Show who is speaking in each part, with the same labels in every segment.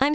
Speaker 1: I'm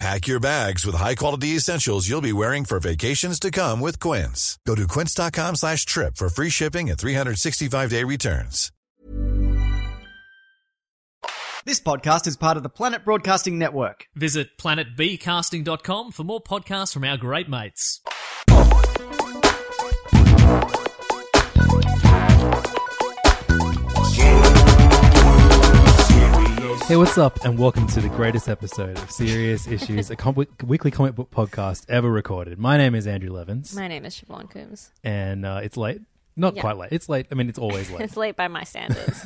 Speaker 2: Pack your bags with high-quality essentials you'll be wearing for vacations to come with Quince. Go to quince.com slash trip for free shipping and 365-day returns.
Speaker 3: This podcast is part of the Planet Broadcasting Network.
Speaker 4: Visit planetbcasting.com for more podcasts from our great mates.
Speaker 5: Hey, what's up, and welcome to the greatest episode of Serious Issues, a com- weekly comic book podcast ever recorded. My name is Andrew Levins,
Speaker 6: My name is Siobhan Coombs.
Speaker 5: and uh, it's late. Not
Speaker 6: Yeah.
Speaker 5: quite late. It's late. I mean, it's always late.
Speaker 6: It's late by my standards.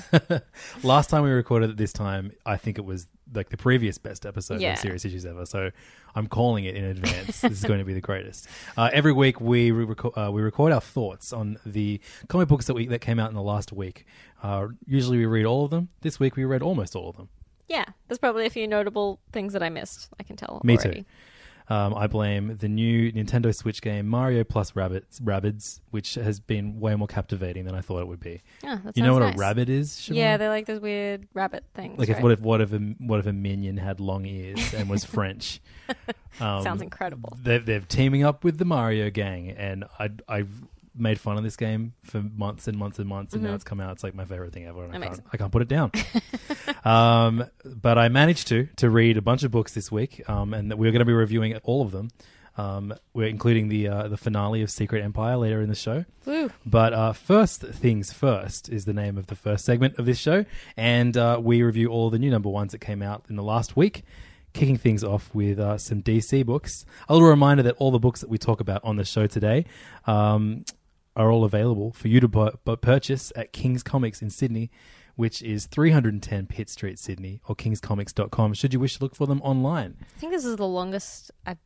Speaker 5: Last time we recorded it this time, I think it was like the previous best episode
Speaker 6: Yeah.
Speaker 5: of Serious Issues ever. So I'm calling it in advance. this is going to be the greatest. Uh, every week we re- reco- uh, we record our thoughts on the comic books that we that came out in the last week. Uh, usually we read all of them. This week we read almost all of them.
Speaker 6: yeah, there's probably a few notable things that I missed. I can tell.
Speaker 5: Me
Speaker 6: already.
Speaker 5: too. Um, I blame the new Nintendo Switch game Mario Plus Rabbits, Rabbids, which has been way more captivating than I thought it would be.
Speaker 6: Yeah, that
Speaker 5: you know
Speaker 6: sounds
Speaker 5: what
Speaker 6: nice.
Speaker 5: a rabbit is? Siobhan?
Speaker 6: Yeah, they're like those weird rabbit things.
Speaker 5: like if
Speaker 6: right?
Speaker 5: what if what if a, what if a minion had long ears and was French? Um,
Speaker 6: Sounds incredible.
Speaker 5: They're, they're teaming up with the Mario gang, and I I've made fun of this game for months and months and months, and now it's come out. It's like my favorite thing ever, and I can't,
Speaker 6: Mm-hmm. Amazing.
Speaker 5: I can't put it down. um, but I managed to to read a bunch of books this week, um, and we're going to be reviewing all of them. Um, we're including the uh, the finale of Secret Empire later in the show.
Speaker 6: Woo.
Speaker 5: But uh, first things first is the name of the first segment of this show, and uh, we review all the new number ones that came out in the last week. Kicking things off with uh, some DC books. A little reminder that all the books that we talk about on the show today um, are all available for you to bu- bu- purchase at King's Comics in Sydney, which is 310 Pitt Street, Sydney, or kingscomics.com, should you wish to look for them online.
Speaker 6: I think this is the longest I've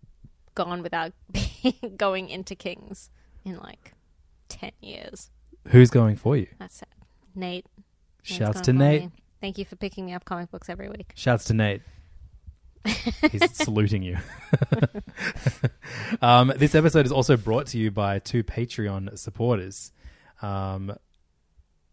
Speaker 6: gone without going into Kings in like ten years.
Speaker 5: Who's going for you?
Speaker 6: That's sad. Nate. Nate's
Speaker 5: Shouts
Speaker 6: gone
Speaker 5: to
Speaker 6: for
Speaker 5: Nate.
Speaker 6: me. Thank you for picking me up comic books every week.
Speaker 5: Shouts to Nate. He's saluting you. um, this episode is also brought to you by two Patreon supporters. Um,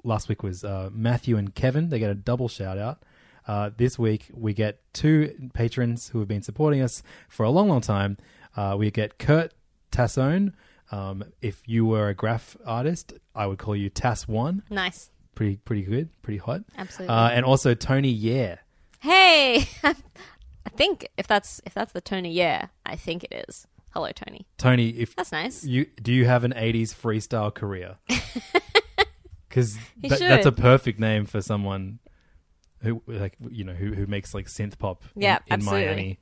Speaker 5: last week was uh, Matthew and Kevin. They get a double shout out. Uh, this week we get two patrons who have been supporting us for a long, long time. Uh, we get Kurt Tassone. Um, if you were a graph artist, I would call you Tass One.
Speaker 6: Nice.
Speaker 5: Pretty, pretty good, pretty hot.
Speaker 6: Absolutely.
Speaker 5: Uh, and also Tony Yeh.
Speaker 6: hey, I think if that's if that's the Tony, yeah, I think it is. Hello, Tony.
Speaker 5: Tony, if
Speaker 6: That's nice.
Speaker 5: You do you have an '80s freestyle career? Because
Speaker 6: He
Speaker 5: that's a
Speaker 6: should.
Speaker 5: perfect name for someone who, like you know, who, who makes like synth pop. in-
Speaker 6: Yeah,
Speaker 5: in,
Speaker 6: absolutely.
Speaker 5: Miami.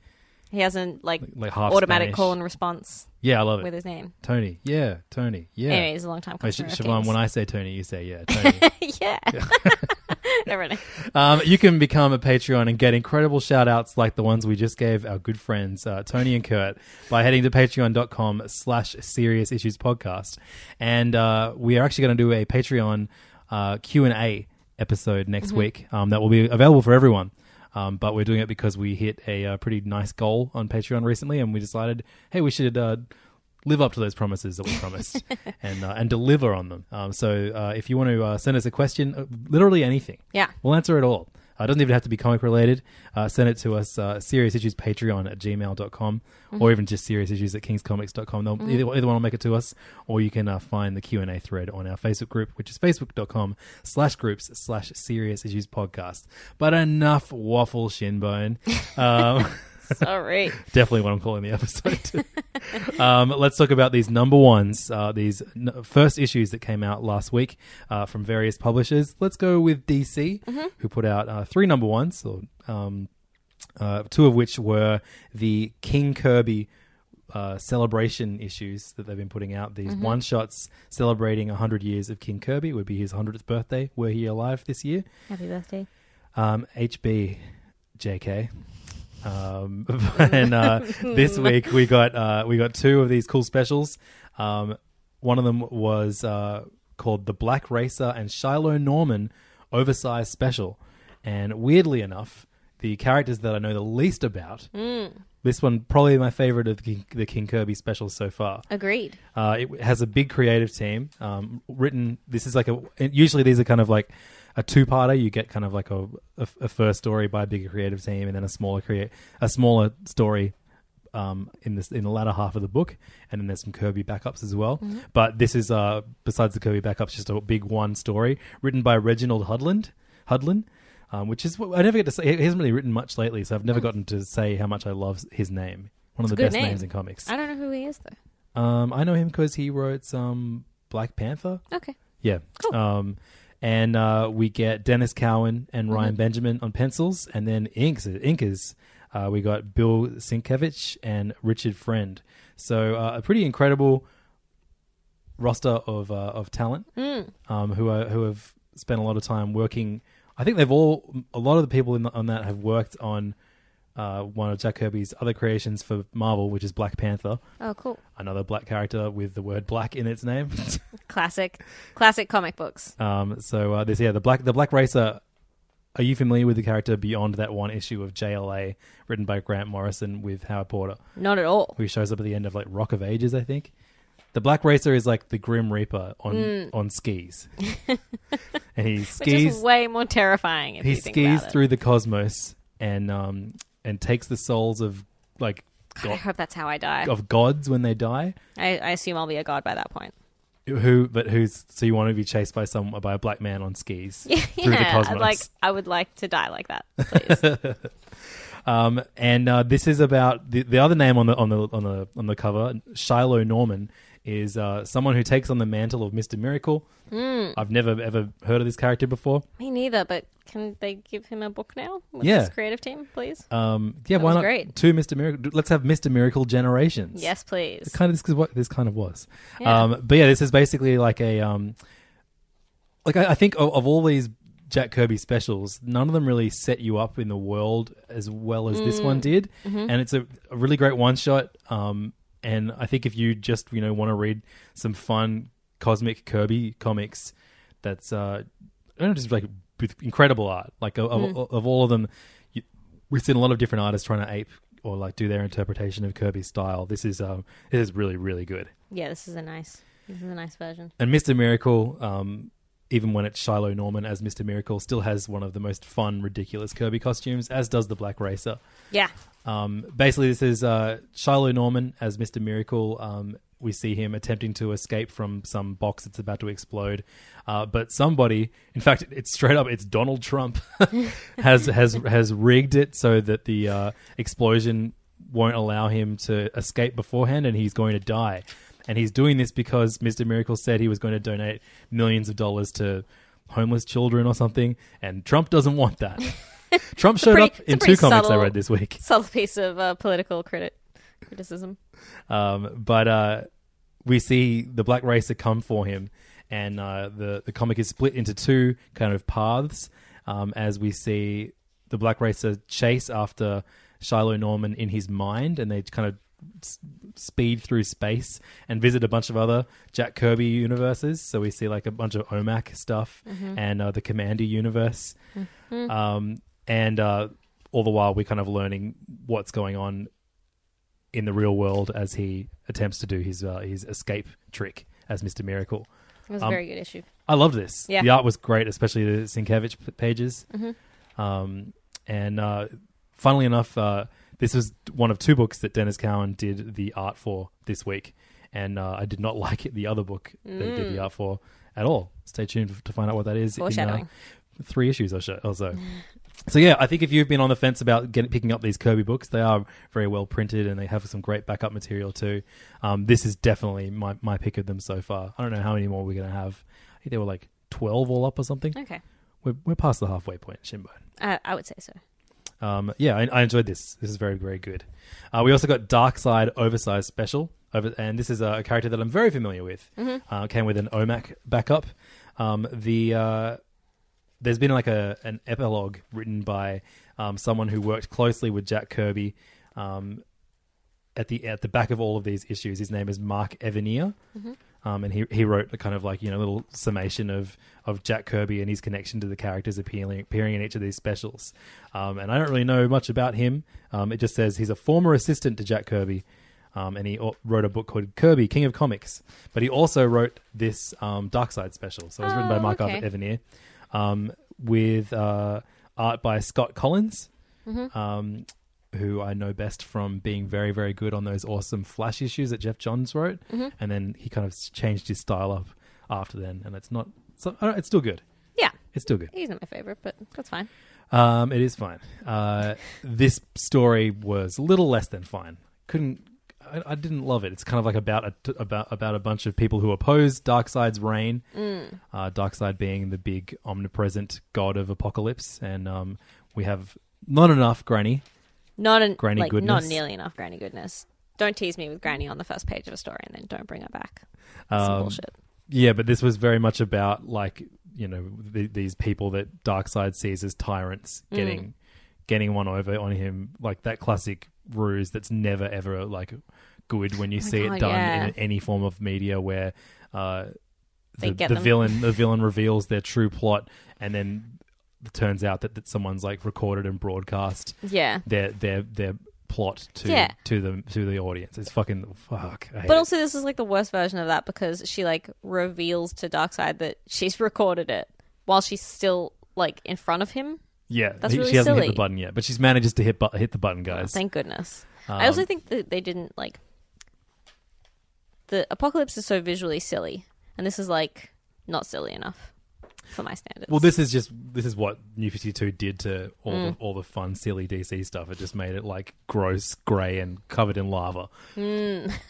Speaker 6: He hasn't like,
Speaker 5: like half
Speaker 6: automatic
Speaker 5: Spanish.
Speaker 6: call and response
Speaker 5: Yeah, I love
Speaker 6: with
Speaker 5: it.
Speaker 6: his name.
Speaker 5: Tony, yeah, Tony, yeah.
Speaker 6: Anyway, he's a long time
Speaker 5: Wait, Sh-
Speaker 6: customer. of
Speaker 5: Siobhan,
Speaker 6: Kings.
Speaker 5: when I say Tony, you say yeah, Tony.
Speaker 6: yeah, never know.
Speaker 5: um, you can become a Patreon and get incredible shout outs like the ones we just gave our good friends, uh, Tony and Kurt, by heading to patreon.com slash serious issues podcast. And uh, we are actually going to do a Patreon uh, Q&A episode next week um, that will be available for everyone. Um, but we're doing it because we hit a, uh pretty nice goal on Patreon recently and we decided, hey, we should uh, live up to those promises that we promised and uh, and deliver on them. Um, so uh, if you want to uh, send us a question, uh, literally anything,
Speaker 6: Yeah.
Speaker 5: we'll answer it all. Uh, it doesn't even have to be comic related. Uh, send it to us, uh, serious issues patreon at gmail.com or even just serious issues at kingscomics.com. They'll, either, either one will make it to us or you can uh, find the Q&A thread on our Facebook group, which is facebook.com slash groups slash serious issues podcast. But enough waffle shinbone. Um,
Speaker 6: Sorry.
Speaker 5: Definitely what I'm calling the episode. um, let's talk about these number ones, uh, these n- first issues that came out last week uh, from various publishers. Let's go with DC, who put out uh, three number ones, or um, uh, two of which were the King Kirby uh, celebration issues that they've been putting out. These one shots celebrating 100 years of King Kirby. It would be his 100th birthday, were he alive this year.
Speaker 6: Happy birthday.
Speaker 5: Um, HB, JK. Um, and uh, this week we got uh, we got two of these cool specials. Um, one of them was uh, called the Black Racer and Shiloh Norman oversized special. And weirdly enough, the characters that I know the least about. This one probably my favorite of the King, the King Kirby specials so far.
Speaker 6: Agreed.
Speaker 5: Uh, it has a big creative team. Um, written. This is like a. Usually these are kind of like a two-parter. You get kind of like a, a, a first story by a bigger creative team, and then a smaller create a smaller story. Um, in this in the latter half of the book, and then there's some Kirby backups as well.
Speaker 6: Mm-hmm.
Speaker 5: But this is uh, besides the Kirby backups, just a big one story written by Reginald Hudland. Hudlin, um, which is what I never get to say. He hasn't really written much lately, so I've never gotten to say how much I love his name. One of the
Speaker 6: Mm. good
Speaker 5: best
Speaker 6: name.
Speaker 5: names in comics.
Speaker 6: I don't know who he is though.
Speaker 5: Um, I know him because he wrote some Black Panther.
Speaker 6: Okay.
Speaker 5: Yeah.
Speaker 6: Cool.
Speaker 5: Um, and uh, we get Dennis Cowan and Ryan Benjamin on pencils, and then inks inkers. Uh, we got Bill Sienkiewicz and Richard Friend. So uh, a pretty incredible roster of uh, of talent um, who are who have spent a lot of time working. I think they've all a lot of the people in the, on that have worked on uh, one of Jack Kirby's other creations for Marvel, which is Black Panther
Speaker 6: Oh, cool.
Speaker 5: another black character with the word black in its name.
Speaker 6: Classic, classic comic books.
Speaker 5: um, so uh, this, yeah, the black the black racer. Are you familiar with the character beyond that one issue of JLA written by Grant Morrison with Howard Porter,
Speaker 6: Not at all.
Speaker 5: who shows up at the end of like Rock of Ages, I think. The Black Racer is like the Grim Reaper on on skis, and he
Speaker 6: Hmm. Which
Speaker 5: skis
Speaker 6: is way more terrifying if
Speaker 5: he
Speaker 6: you think about
Speaker 5: skis
Speaker 6: it.
Speaker 5: through the cosmos and um and takes the souls of like
Speaker 6: God, I hope that's how I die.
Speaker 5: of gods when they die.
Speaker 6: I, I assume I'll be a god by that point.
Speaker 5: Who, but who's? So you want to be chased by some by a black man on skis through the
Speaker 6: yeah,
Speaker 5: cosmos?
Speaker 6: I'd like I would like to die like that, please.
Speaker 5: Um, and uh, this is about the, the other name on the on the on the on the cover, Shiloh Norman, is uh, someone who takes on the mantle of Mister Miracle.
Speaker 6: Hmm.
Speaker 5: I've never ever heard of this character before.
Speaker 6: Me neither. But can they give him a book now with
Speaker 5: Yeah.
Speaker 6: his creative team, please?
Speaker 5: Um, yeah,
Speaker 6: That
Speaker 5: why
Speaker 6: was
Speaker 5: not
Speaker 6: great.
Speaker 5: two Mister Miracle? Let's have Mister Miracle generations.
Speaker 6: yes, please.
Speaker 5: kind of this is what this kind of was.
Speaker 6: Yeah.
Speaker 5: Um, but yeah, this is basically like a um, like I, I think of, of all these Jack Kirby specials, none of them really set you up in the world as well as this one did, and it's a, a really great one shot. Um, and I think if you just you know want to read some fun cosmic Kirby comics, that's uh, I don't know, just like with incredible art. Like of, of, of all of them, you, we've seen a lot of different artists trying to ape or like do their interpretation of Kirby's style. This is um, this is really really good.
Speaker 6: Yeah, this is a nice. This is a nice version.
Speaker 5: And Mister Miracle, um, even when it's Shiloh Norman as Mister Miracle, still has one of the most fun, ridiculous Kirby costumes, as does the Black Racer.
Speaker 6: Yeah.
Speaker 5: Um, basically, this is uh, Shiloh Norman as Mr. Miracle. Um, we see him attempting to escape from some box that's about to explode, uh, but somebody, in fact, it's straight up, it's Donald Trump, has has has rigged it so that the uh, explosion won't allow him to escape beforehand, and he's going to die. And he's doing this because Mr. Miracle said he was going to donate millions of dollars to homeless children or something, and Trump doesn't want that. Trump showed
Speaker 6: pretty-
Speaker 5: up
Speaker 6: it's a
Speaker 5: in two
Speaker 6: pretty
Speaker 5: comics I
Speaker 6: subtle-
Speaker 5: read this week.
Speaker 6: Solid piece of uh, political criti- criticism.
Speaker 5: Um, but uh, we see the Black Racer come for him, and uh, the the comic is split into two kind of paths. Um, as we see the Black Racer chase after Shiloh Norman in his mind, and they kind of s- speed through space and visit a bunch of other Jack Kirby universes. So we see like a bunch of OMAC stuff and uh, the Commander universe, um, and uh, all the while we're kind of learning what's going on in the real world as he attempts to do his uh, his escape trick as Mister Miracle.
Speaker 6: It was
Speaker 5: Um,
Speaker 6: a very good issue.
Speaker 5: I loved this.
Speaker 6: Yeah.
Speaker 5: The art was great, especially the Sienkiewicz p- pages.
Speaker 6: Mm-hmm.
Speaker 5: Um, and uh, funnily enough, uh, this was one of two books that Dennis Cowan did the art for this week, and uh, I did not like it, the other book that he did
Speaker 6: Mm.
Speaker 5: the art for at all. Stay tuned f- to find out what that is. in, uh,
Speaker 6: Foreshadowing.
Speaker 5: three issues or so. Or so. So yeah, I think if you've been on the fence about getting, picking up these Kirby books, they are very well printed and they have some great backup material too. Um, this is definitely my, my pick of them so far. I don't know how many more we're gonna have. I think they were like twelve all up or something.
Speaker 6: Okay.
Speaker 5: We're, we're past the halfway point, Shinbone.
Speaker 6: Uh, I would say so.
Speaker 5: Um, yeah, I, I enjoyed this. This is very, very good. Uh, we also got Dark Side Oversized Special, over, and this is a, a character that I'm very familiar with. Uh, came with an OMAC backup. Um, the uh, there's been like a an epilogue written by um, someone who worked closely with Jack Kirby. Um, at the at the back of all of these issues, his name is Mark Evanier.
Speaker 6: Mm-hmm.
Speaker 5: Um, and he, he wrote a kind of like you know little summation of, of Jack Kirby and his connection to the characters appearing appearing in each of these specials, um, and I don't really know much about him. Um, it just says he's a former assistant to Jack Kirby, um, and he au- wrote a book called Kirby King of Comics. But he also wrote this um, Dark Side special, so it was written by
Speaker 6: Oh,
Speaker 5: Mark
Speaker 6: okay.
Speaker 5: Arthur Evanier, um, with uh, art by Scott Collins, um, who I know best from being very, very good on those awesome Flash issues that Jeff Johns wrote,
Speaker 6: Mm-hmm.
Speaker 5: and then he kind of s- changed his style up after then, and it's not, so, I don't- it's still good.
Speaker 6: Yeah.
Speaker 5: It's still good.
Speaker 6: He's not my favorite, but that's fine.
Speaker 5: Um, it is fine. Uh, this story was a little less than fine. Couldn't. I, I didn't love it. It's kind of like about a t about about a bunch of people who oppose Darkseid's reign.
Speaker 6: Mm.
Speaker 5: Uh, Darkseid being the big omnipresent god of apocalypse, and um, we have not enough Granny.
Speaker 6: Not an,
Speaker 5: Granny
Speaker 6: like, not
Speaker 5: goodness.
Speaker 6: nearly enough granny goodness. Don't tease me with granny on the first page of a story and then don't bring her back. That's some
Speaker 5: Um,
Speaker 6: bullshit.
Speaker 5: Yeah, but this was very much about like you know th- these people that Darkseid sees as tyrants
Speaker 6: Mm.
Speaker 5: getting getting one over on him, like that classic ruse that's never ever like good when you see
Speaker 6: Oh God,
Speaker 5: it done
Speaker 6: yeah.
Speaker 5: in any form of media where uh,
Speaker 6: They
Speaker 5: the,
Speaker 6: get
Speaker 5: the
Speaker 6: them.
Speaker 5: villain the villain reveals their true plot and then it turns out that, that someone's like recorded and broadcast
Speaker 6: Yeah.
Speaker 5: their their their plot to
Speaker 6: Mm. Yeah.
Speaker 5: to the to the audience. It's fucking fuck. I hate
Speaker 6: But
Speaker 5: it.
Speaker 6: also, this is like the worst version of that because she like reveals to Darkseid that she's recorded it while she's still like in front of him.
Speaker 5: Yeah,
Speaker 6: That's
Speaker 5: he-
Speaker 6: really
Speaker 5: she hasn't hit
Speaker 6: silly.
Speaker 5: the button yet, but she's manages to hit bu- hit the button, guys. Um,
Speaker 6: Thank goodness. I also think that they didn't like the apocalypse is so visually silly, and this is like not silly enough for my standards.
Speaker 5: well, this is just this is what New Fifty Two did to all
Speaker 6: Mm.
Speaker 5: the all the fun, silly DC stuff. It just made it like gross, grey, and covered in lava.
Speaker 6: Mm.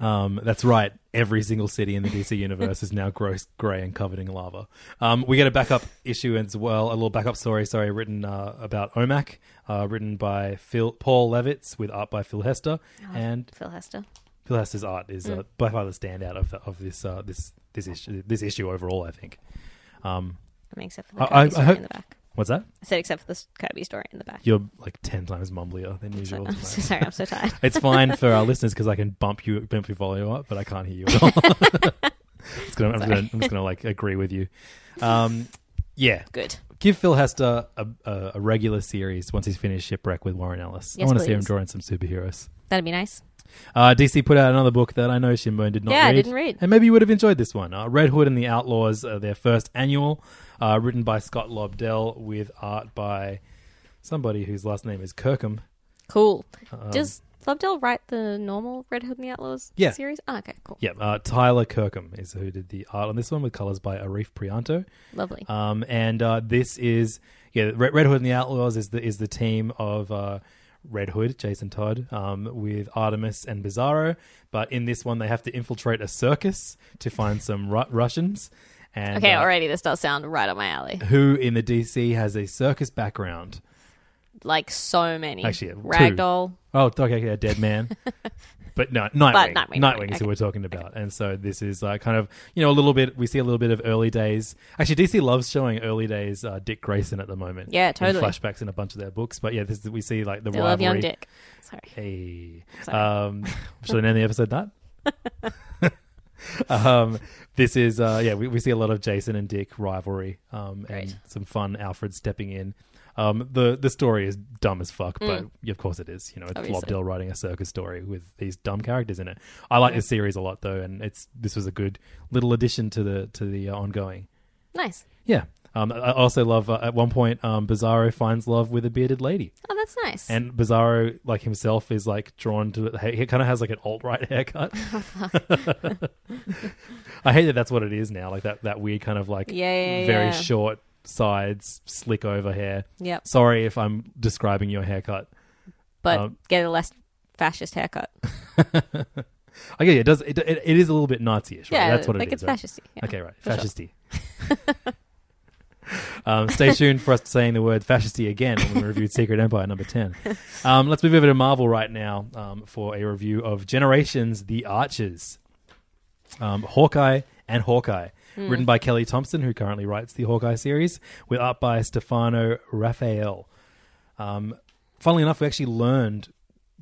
Speaker 5: um, that's right. Every single city in the DC universe is now gross, grey, and covered in lava. Um, we get a backup issue as well, a little backup story, sorry, written uh, about OMAC, uh, written by Phil Paul Levitz with art by Phil Hester
Speaker 6: Oh,
Speaker 5: and
Speaker 6: Phil Hester.
Speaker 5: Phil Hester's art is
Speaker 6: Mm.
Speaker 5: uh, by far the standout of, of this uh, this this issue this issue overall. I think. Um,
Speaker 6: I mean, except for the
Speaker 5: I-
Speaker 6: Kirby
Speaker 5: I- I
Speaker 6: story
Speaker 5: hope-
Speaker 6: in the back.
Speaker 5: what's that?
Speaker 6: I said except for the Kirby story in the back.
Speaker 5: You're like ten times mumblier than usual.
Speaker 6: I'm so sorry, I'm so tired.
Speaker 5: it's fine for our listeners because I can bump you bump your volume up, but I can't hear you. At all. It's gonna- I'm, just gonna, I'm just gonna like agree with you. Um, yeah,
Speaker 6: Good.
Speaker 5: give Phil Hester a, a, a regular series once he's finished Shipwreck with Warren Ellis. I
Speaker 6: Yes,
Speaker 5: want to see him
Speaker 6: please.
Speaker 5: drawing some superheroes.
Speaker 6: That'd be nice.
Speaker 5: Uh, DC put out another book that I know Shinbone did not
Speaker 6: Yeah, I
Speaker 5: read.
Speaker 6: didn't read.
Speaker 5: And maybe you would have enjoyed this one. Uh, Red Hood and the Outlaws, uh, their first annual, uh, written by Scott Lobdell with art by somebody whose last name is Kirkham.
Speaker 6: Cool. Does Lobdell write the normal Red Hood and the Outlaws
Speaker 5: Um, Yeah.
Speaker 6: series? Oh, okay, cool.
Speaker 5: Yep, uh, Tyler Kirkham is who did the art on this one with colors by Arif Prianto.
Speaker 6: Lovely.
Speaker 5: Um, and uh, this is yeah, Red, Red Hood and the Outlaws is the is the team of uh, Red Hood, Jason Todd, um, with Artemis and Bizarro. But in this one, they have to infiltrate a circus to find some Ru- Russians. And,
Speaker 6: okay,
Speaker 5: uh,
Speaker 6: already this does sound right up my alley.
Speaker 5: Who in the DC has a circus background?
Speaker 6: Like so many.
Speaker 5: Actually, yeah, two.
Speaker 6: Ragdoll.
Speaker 5: Oh, okay, yeah, Dead Man. but no, Nightwing.
Speaker 6: Nightwing,
Speaker 5: Nightwing,
Speaker 6: Nightwing,
Speaker 5: is
Speaker 6: okay.
Speaker 5: who we're talking about. And so this is uh, kind of, you know, a little bit, we see a little bit of early days. Actually, DC loves showing early days uh, Dick Grayson at the moment.
Speaker 6: Yeah,
Speaker 5: in
Speaker 6: totally.
Speaker 5: flashbacks in a bunch of their books. But yeah, this is, we see like the
Speaker 6: They
Speaker 5: rivalry.
Speaker 6: love Young Dick. Sorry.
Speaker 5: Hey.
Speaker 6: Sorry.
Speaker 5: Um, should I end the episode that? um, this is, uh, yeah, we, we see a lot of Jason and Dick rivalry um,
Speaker 6: Great.
Speaker 5: and some fun Alfred stepping in. Um, the, the story is dumb as fuck, but of course it is. You know, it's
Speaker 6: Mm. Obviously.
Speaker 5: Lobdell writing a circus story with these dumb characters in it. I like this series a lot though, and it's this was a good little addition to the to the uh, ongoing.
Speaker 6: Nice.
Speaker 5: Yeah, um, I I also love uh, at one point um, Bizarro finds love with a bearded lady.
Speaker 6: Oh, that's nice.
Speaker 5: And Bizarro, like himself, is like drawn to. He, he kind of has like an alt right haircut. I hate that that's what it is now. Like that that weird kind of like
Speaker 6: Yeah, yeah,
Speaker 5: very
Speaker 6: yeah.
Speaker 5: short sides, slick over hair.
Speaker 6: Yep.
Speaker 5: Sorry if I'm describing your haircut.
Speaker 6: But
Speaker 5: Um,
Speaker 6: get a less fascist haircut.
Speaker 5: Okay, it does. It, it, it is a little bit Nazi-ish. Right?
Speaker 6: Yeah,
Speaker 5: that's what it
Speaker 6: like
Speaker 5: is.
Speaker 6: it's
Speaker 5: right?
Speaker 6: fascisty, yeah,
Speaker 5: okay, right,
Speaker 6: for sure.
Speaker 5: fascisty. um, stay tuned for us saying the word fascisty again when we reviewed Secret Empire number ten. Um, let's move over to Marvel right now um, for a review of Generations: The Archers, um, Hawkeye and Hawkeye.
Speaker 6: Hmm.
Speaker 5: Written by Kelly Thompson, who currently writes the Hawkeye series, with art by Stefano Raphael Um, funnily enough, we actually learned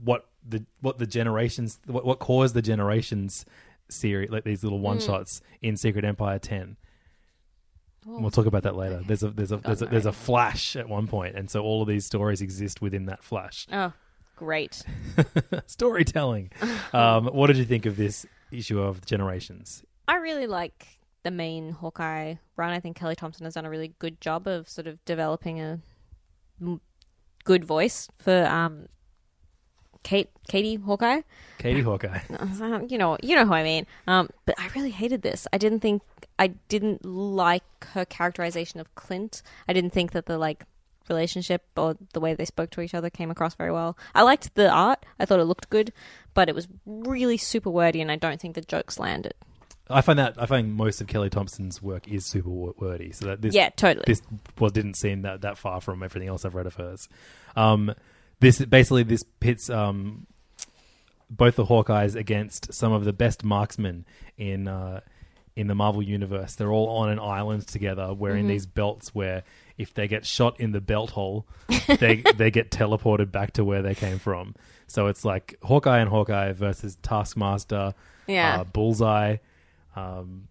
Speaker 5: what the what the generations what, what caused the generations series like these little one shots in Secret Empire ten. And We'll talk about that later. There's a there's a there's a, there's a flash at one point, and so all of these stories exist within that flash.
Speaker 6: Oh, great.
Speaker 5: Storytelling. um, what did you think of this issue of Generations?
Speaker 6: I really like the main Hawkeye run. I think Kelly Thompson has done a really good job of sort of developing a m- good voice for um, Kate, Katie Hawkeye.
Speaker 5: Katie Hawkeye.
Speaker 6: Um, you know, you know who I mean. Um, but I really hated this. I didn't think I didn't like her characterization of Clint. I didn't think that the like relationship or the way they spoke to each other came across very well. I liked the art. I thought it looked good, but it was really super wordy, and I don't think the jokes landed.
Speaker 5: I find that I find most of Kelly Thompson's work is super wo- wordy, so that this
Speaker 6: Yeah, totally.
Speaker 5: this well didn't seem that that far from everything else I've read of hers. Um, this basically this pits um, both the Hawkeyes against some of the best marksmen in uh, in the Marvel universe. They're all on an island together, wearing
Speaker 6: Mm-hmm.
Speaker 5: these belts where if they get shot in the belt hole, they they get teleported back to where they came from. So it's like Hawkeye and Hawkeye versus Taskmaster,
Speaker 6: Yeah.
Speaker 5: uh, Bullseye. Um,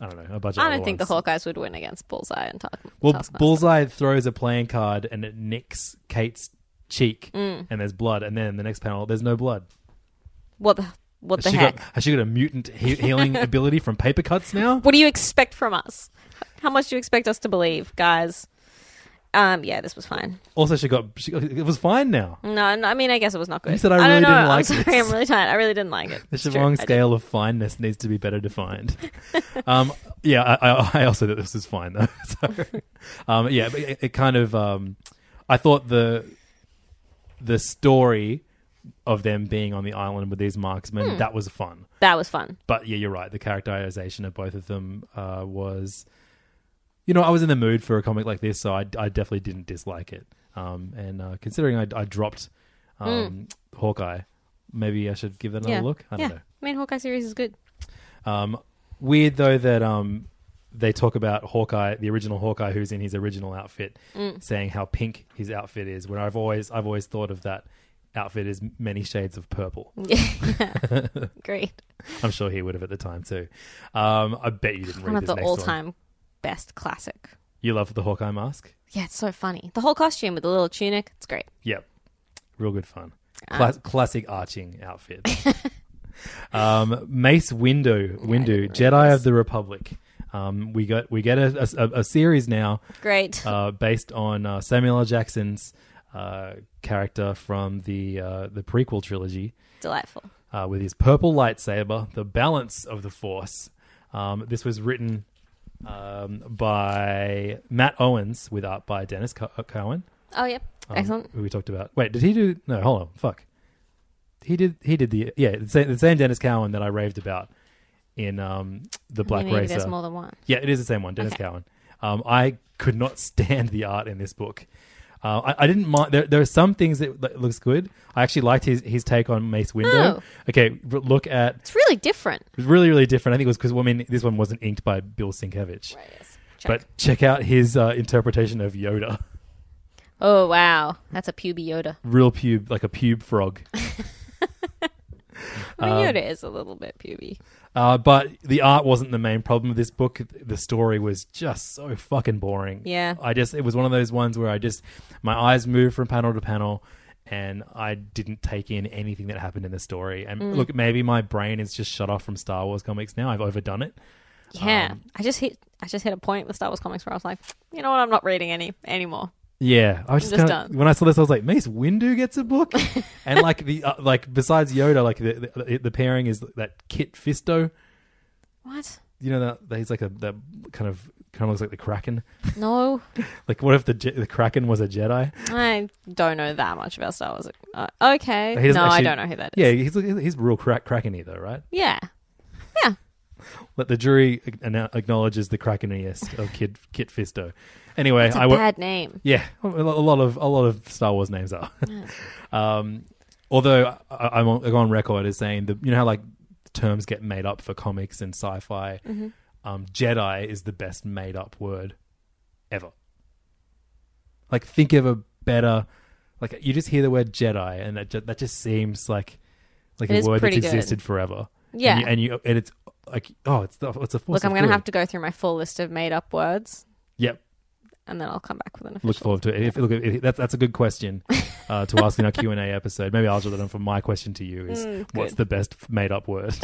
Speaker 5: I don't know. A bunch of
Speaker 6: I
Speaker 5: other
Speaker 6: don't think the
Speaker 5: ones.
Speaker 6: Hawkeyes would win against Bullseye and Tark-
Speaker 5: Well,
Speaker 6: Taskmaster.
Speaker 5: Bullseye throws a playing card and it nicks Kate's cheek,
Speaker 6: Mm.
Speaker 5: and there's blood. And then the next panel, there's no blood.
Speaker 6: What the what the
Speaker 5: she
Speaker 6: heck?
Speaker 5: got has she got a mutant he- healing ability from paper cuts now?
Speaker 6: What do you expect from us? How much do you expect us to believe, guys? Um, yeah, this was fine.
Speaker 5: Also, she got, she got it was fine now.
Speaker 6: No, no, I mean, I guess it was not good.
Speaker 5: You said I
Speaker 6: don't
Speaker 5: really
Speaker 6: know.
Speaker 5: didn't
Speaker 6: I'm
Speaker 5: like
Speaker 6: sorry,
Speaker 5: this.
Speaker 6: I'm really tired. I really didn't like it.
Speaker 5: The
Speaker 6: It's true.
Speaker 5: Siobhan
Speaker 6: I
Speaker 5: scale of fineness needs to be better defined. um, yeah, I, I, I also think this is fine though. so, um, yeah, but it, it kind of. Um, I thought the the story of them being on the island with these marksmen
Speaker 6: Hmm.
Speaker 5: that was fun.
Speaker 6: didn't- That was fun.
Speaker 5: but yeah, you're right. The characterization of both of them uh, was, you know, I was in the mood for a comic like this, so I, I definitely didn't dislike it. Um, and uh, considering I, I dropped um, Hawkeye, maybe I should give that another
Speaker 6: Hmm. yeah.
Speaker 5: look. I
Speaker 6: yeah.
Speaker 5: don't know.
Speaker 6: Main Hawkeye series is good.
Speaker 5: Um, weird though that um, they talk about Hawkeye, the original Hawkeye, who's in his original outfit,
Speaker 6: Mm.
Speaker 5: saying how pink his outfit is. When I've always I've always thought of that outfit as many shades of purple.
Speaker 6: Great.
Speaker 5: I'm sure he would have at the time too. Um, I bet you didn't read
Speaker 6: One of
Speaker 5: this
Speaker 6: the
Speaker 5: next
Speaker 6: all
Speaker 5: one.
Speaker 6: time best classic.
Speaker 5: You love the Hawkeye mask?
Speaker 6: Yeah, it's so funny. The whole costume with the little tunic, it's great.
Speaker 5: Yep. Real good fun. Cla- classic arching outfit. um, Mace Windu, Windu, Jedi of the Republic. Um, we got we get a, a, a series now
Speaker 6: Great.
Speaker 5: uh, based on uh, Samuel L. Jackson's uh, character from the uh, the prequel trilogy.
Speaker 6: Delightful.
Speaker 5: uh, with his purple lightsaber, the balance of the force. Um, this was written um, by Matt Owens with art by Dennis Co- uh, Cowan,
Speaker 6: Oh, yep.
Speaker 5: um,
Speaker 6: Excellent.
Speaker 5: Who we talked about. Wait, did he do? No, hold on. Fuck. He did. He did the yeah the same, the same Dennis Cowan that I raved about in um, the Black
Speaker 6: Maybe
Speaker 5: Racer.
Speaker 6: there's more than one.
Speaker 5: Yeah, it is the same one, Dennis Cowan. Um, I could not stand the art in this book. Uh, I, I didn't mind. There, there are some things that, that looks good. I actually liked his, his take on Mace Windu.
Speaker 6: Oh.
Speaker 5: Okay, r- look at
Speaker 6: It's really different.
Speaker 5: it was really really different. I think it was because I mean this one wasn't inked by Bill Sienkiewicz,
Speaker 6: Check.
Speaker 5: but check out his uh, interpretation of Yoda,
Speaker 6: oh, wow. That's a puby Yoda.
Speaker 5: real pube like a pube frog. Um,
Speaker 6: I mean, Yoda is a little bit puby.
Speaker 5: Uh, but the art wasn't the main problem of this book. The story was just so fucking boring.
Speaker 6: Yeah.
Speaker 5: I just, it was one of those ones where I just, my eyes moved from panel to panel and I didn't take in anything that happened in the story. And
Speaker 6: Mm.
Speaker 5: look, maybe my brain is just shut off from Star Wars comics now. I've overdone it.
Speaker 6: Yeah.
Speaker 5: um,
Speaker 6: I just hit. I just hit a point with Star Wars comics where I was like, you know what, I'm not reading any anymore.
Speaker 5: Yeah, I was just,
Speaker 6: just
Speaker 5: kind of
Speaker 6: done.
Speaker 5: when I saw this, I was like, Mace Windu gets a book, and like the uh, like besides Yoda, like the, the the pairing is that Kit Fisto.
Speaker 6: What?
Speaker 5: You know that, that he's like a that kind of kind of looks like the Kraken.
Speaker 6: No,
Speaker 5: Like, what if the Je- the Kraken was a Jedi?
Speaker 6: I don't know that much about Star Wars. Uh, okay,
Speaker 5: He doesn't
Speaker 6: no, I
Speaker 5: actually-
Speaker 6: don't know who that is.
Speaker 5: Yeah, he's he's real cra- Kraken either, right?
Speaker 6: yeah,
Speaker 5: Let the jury ac- annou- acknowledges the Krakeniest of Kid Kit Fisto. Anyway,
Speaker 6: it's a
Speaker 5: I wa-
Speaker 6: bad name.
Speaker 5: Yeah, a lo- a lot of a lot of Star Wars names are. um, although I, I'm on, I go on record as saying the you know how like terms get made up for comics and sci-fi.
Speaker 6: Mm-hmm.
Speaker 5: Um, Jedi is the best made-up word ever. Like, think of a better. Like, you just hear the word Jedi, and that ju- that just seems like like
Speaker 6: It
Speaker 5: a
Speaker 6: is
Speaker 5: word that's
Speaker 6: pretty good.
Speaker 5: existed forever.
Speaker 6: Yeah.
Speaker 5: and you, and, you, and it's like oh, it's the, it's a force.
Speaker 6: Look, I'm
Speaker 5: of
Speaker 6: going to
Speaker 5: good.
Speaker 6: have to go through my full list of made up words,
Speaker 5: Yep.
Speaker 6: and then I'll come back with an official.
Speaker 5: Look forward to it. If, look, if, that's that's a good question uh, to ask in our Q and A episode. Maybe I'll jot it down for my question to you: is what's the best made up word?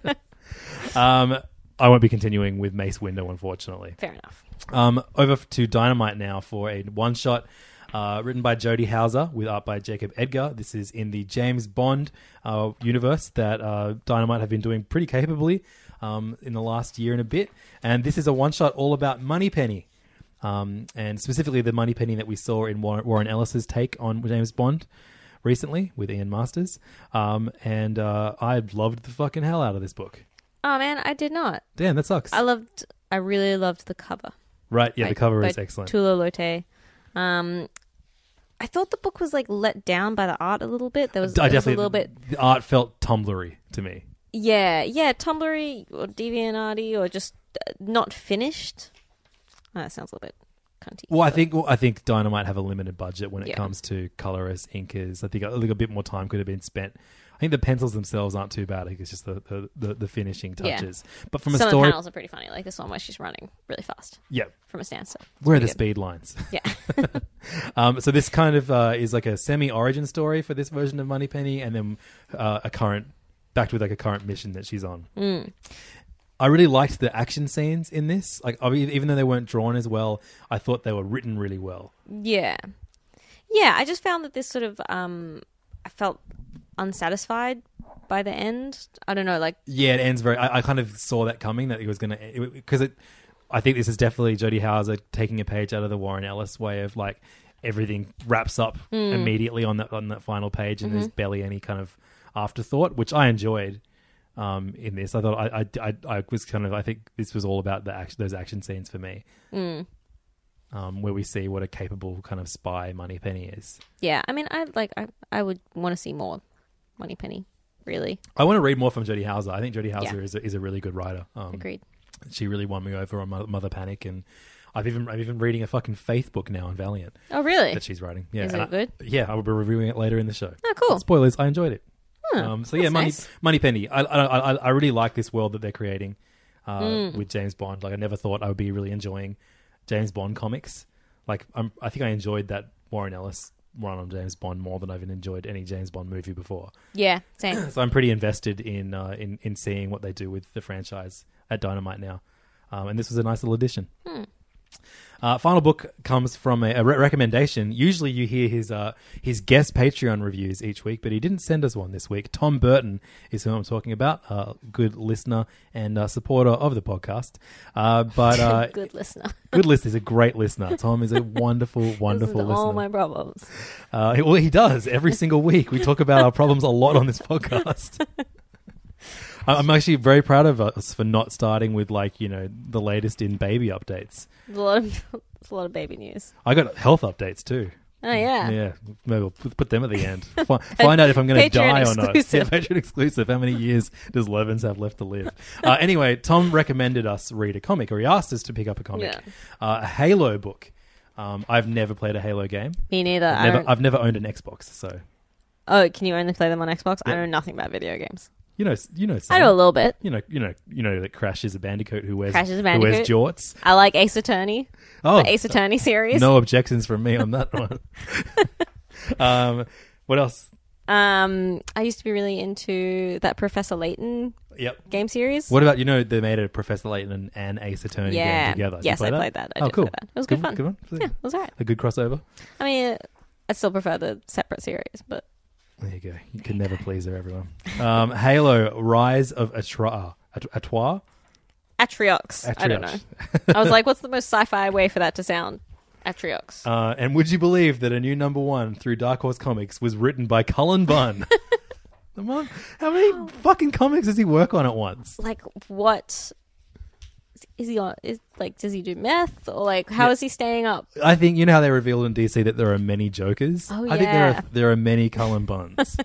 Speaker 5: um, I won't be continuing with Mace Window, unfortunately.
Speaker 6: Fair enough.
Speaker 5: Um, over f- to Dynamite now for a one shot. Uh, written by Jody Hauser with art by Jacob Edgar. This is in the James Bond uh, universe that uh, Dynamite have been doing pretty capably um, in the last year and a bit. And this is a one shot all about Moneypenny, um, and specifically the Moneypenny that we saw in Warren, Warren Ellis's take on James Bond recently with Ian Masters. Um, and uh, I loved the fucking hell out of this book.
Speaker 6: Oh man, I did not.
Speaker 5: Damn, that sucks.
Speaker 6: I loved. I really loved the cover.
Speaker 5: right? Yeah,
Speaker 6: by-
Speaker 5: the cover
Speaker 6: by
Speaker 5: is excellent.
Speaker 6: Tula Lote. Um, I thought the book was like let down by the art a little bit. There was,
Speaker 5: I
Speaker 6: it was
Speaker 5: definitely
Speaker 6: a little bit.
Speaker 5: The art felt tumblery to me.
Speaker 6: Yeah, yeah, Tumblr or DeviantArty or just uh, not finished. Oh, that sounds a little bit cunty.
Speaker 5: Well, I think well, I think Dynamite have a limited budget when it
Speaker 6: Yeah.
Speaker 5: comes to colorists, inkers. I think a, like a bit more time could have been spent. I think the pencils themselves aren't too bad. I think it's just the the, the, the finishing
Speaker 6: Yeah.
Speaker 5: touches. But from a
Speaker 6: Some of the
Speaker 5: story,
Speaker 6: panels are pretty funny, like this one where she's running really fast
Speaker 5: yeah,
Speaker 6: from a standstill. It's
Speaker 5: where are the
Speaker 6: pretty good.
Speaker 5: speed lines?
Speaker 6: Yeah.
Speaker 5: Um, so this kind of uh, is like a semi-origin story for this version of Moneypenny, and then uh, a current backed with like a current mission that she's on. I really liked the action scenes in this. Like, I mean, even though they weren't drawn as well, I thought they were written really well.
Speaker 6: Yeah. Yeah, I just found that this sort of um I felt unsatisfied by the end. I don't know, like
Speaker 5: Yeah, it ends very. I, I kind of saw that coming that it was going to because it. I think this is definitely Jodie Hauser taking a page out of the Warren Ellis way of like everything wraps up immediately on that on that final page, and there's barely any kind of afterthought, which I enjoyed. Um, in this, I thought I, I, I, I was kind of I think this was all about the action, those action scenes for me, um, where we see what a capable kind of spy Moneypenny is.
Speaker 6: yeah, I mean I like I I would want to see more Money Penny, really.
Speaker 5: I want to read more from Jodie Hauser. I think Jodie Hauser
Speaker 6: Yeah.
Speaker 5: is a, is a really good writer. Um,
Speaker 6: Agreed.
Speaker 5: she really won me over on Mo- Mother Panic, and I've even I've even reading a fucking faith book now on Valiant
Speaker 6: Oh really?
Speaker 5: that she's writing. Yeah,
Speaker 6: Is
Speaker 5: and
Speaker 6: it
Speaker 5: I-
Speaker 6: good?
Speaker 5: yeah, I will be reviewing it later in the show.
Speaker 6: Oh, cool.
Speaker 5: Spoilers, I enjoyed it. um, so yeah,
Speaker 6: that's
Speaker 5: Money
Speaker 6: nice.
Speaker 5: Money Penny. I, I I I really like this world that they're creating uh,
Speaker 6: Mm.
Speaker 5: with James Bond. Like I never thought I would be really enjoying James Bond comics. Like I'm, I think I enjoyed that Warren Ellis run on James Bond more than I've even enjoyed any James Bond movie before.
Speaker 6: Yeah, same.
Speaker 5: So I'm pretty invested in uh, in in seeing what they do with the franchise at Dynamite now, um, and this was a nice little addition.
Speaker 6: Hmm.
Speaker 5: Uh, final book comes from a, a re- recommendation. Usually, you hear his uh, his guest Patreon reviews each week, but he didn't send us one this week. Tom Burton is who I'm talking about, uh, good listener and uh, supporter of the podcast. Uh, but uh,
Speaker 6: Good listener.
Speaker 5: good listener is a great listener. Tom is a wonderful, wonderful
Speaker 6: This is
Speaker 5: listener.
Speaker 6: all my problems.
Speaker 5: Uh, well, he does every single week. We talk about our problems a lot on this podcast. I- I'm actually very proud of us for not starting with like you know the latest in baby updates.
Speaker 6: There's a lot of there's a lot of baby news.
Speaker 5: I got health updates too.
Speaker 6: Oh yeah.
Speaker 5: Mm, Yeah, maybe we'll put put them at the end. Find, find out if I'm going to
Speaker 6: Patreon
Speaker 5: die or not. Yeah,
Speaker 6: exclusive.
Speaker 5: Patreon exclusive. How many years does Levins have left to live? Uh, anyway, Tom recommended us read a comic, or he asked us to pick up a comic,
Speaker 6: Yeah.
Speaker 5: uh, a Halo book. Um, I've never played a Halo game.
Speaker 6: Me neither.
Speaker 5: I've
Speaker 6: I
Speaker 5: never,
Speaker 6: don't-
Speaker 5: I've never owned an Xbox, so
Speaker 6: oh, can you only play them on Xbox? I
Speaker 5: Yeah. Uh-huh.
Speaker 6: know nothing about video games.
Speaker 5: you know, you know,
Speaker 6: I
Speaker 5: Sam.
Speaker 6: know a little bit.
Speaker 5: you know, you know, you know that Crash is a bandicoot who wears
Speaker 6: Crash is a
Speaker 5: who wears
Speaker 6: bandicoot.
Speaker 5: jorts.
Speaker 6: I like Ace Attorney.
Speaker 5: Oh,
Speaker 6: the Ace Attorney series.
Speaker 5: no objections from me on that one. um, what else?
Speaker 6: Um, I used to be really into that Professor Layton
Speaker 5: Yep.
Speaker 6: game series.
Speaker 5: What about you know they made a Professor Layton and, and Ace Attorney
Speaker 6: Yeah.
Speaker 5: game together? Did you
Speaker 6: Yes,
Speaker 5: play
Speaker 6: I played that. I
Speaker 5: oh,
Speaker 6: did
Speaker 5: cool.
Speaker 6: play that. It was good
Speaker 5: one,
Speaker 6: fun.
Speaker 5: Good one.
Speaker 6: Yeah, it was alright.
Speaker 5: A good crossover.
Speaker 6: I mean, I still prefer the separate series, but
Speaker 5: There you go. You can uh, never please her, everyone. Um, Halo: Rise of Atra- At- Atois.
Speaker 6: Atriox. I don't know.
Speaker 5: Atriox.
Speaker 6: I was like, what's the most sci-fi way for that to sound? Atriox.
Speaker 5: Uh, and would you believe that a new number one through Dark Horse Comics was written by Cullen Bunn? The mon- How many fucking comics does he work on at once?
Speaker 6: like, what is he on? Is like, does he do meth or like, how is he staying up?
Speaker 5: I think you know how they revealed in DC that there are many Jokers.
Speaker 6: Oh,
Speaker 5: I think there
Speaker 6: yeah.
Speaker 5: are there are many Cullen Bunns.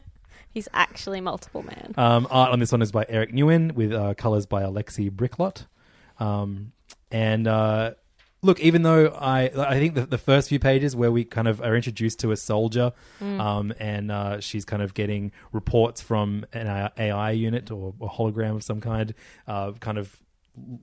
Speaker 6: He's actually multiple man.
Speaker 5: Um, art on this one is by Eric Newen with uh, colors by Alexi Bricklot. Um, and uh, look, even though I, I think the, the first few pages where we kind of are introduced to a soldier, um, and uh, she's kind of getting reports from an AI AI unit or a hologram of some kind, uh, kind of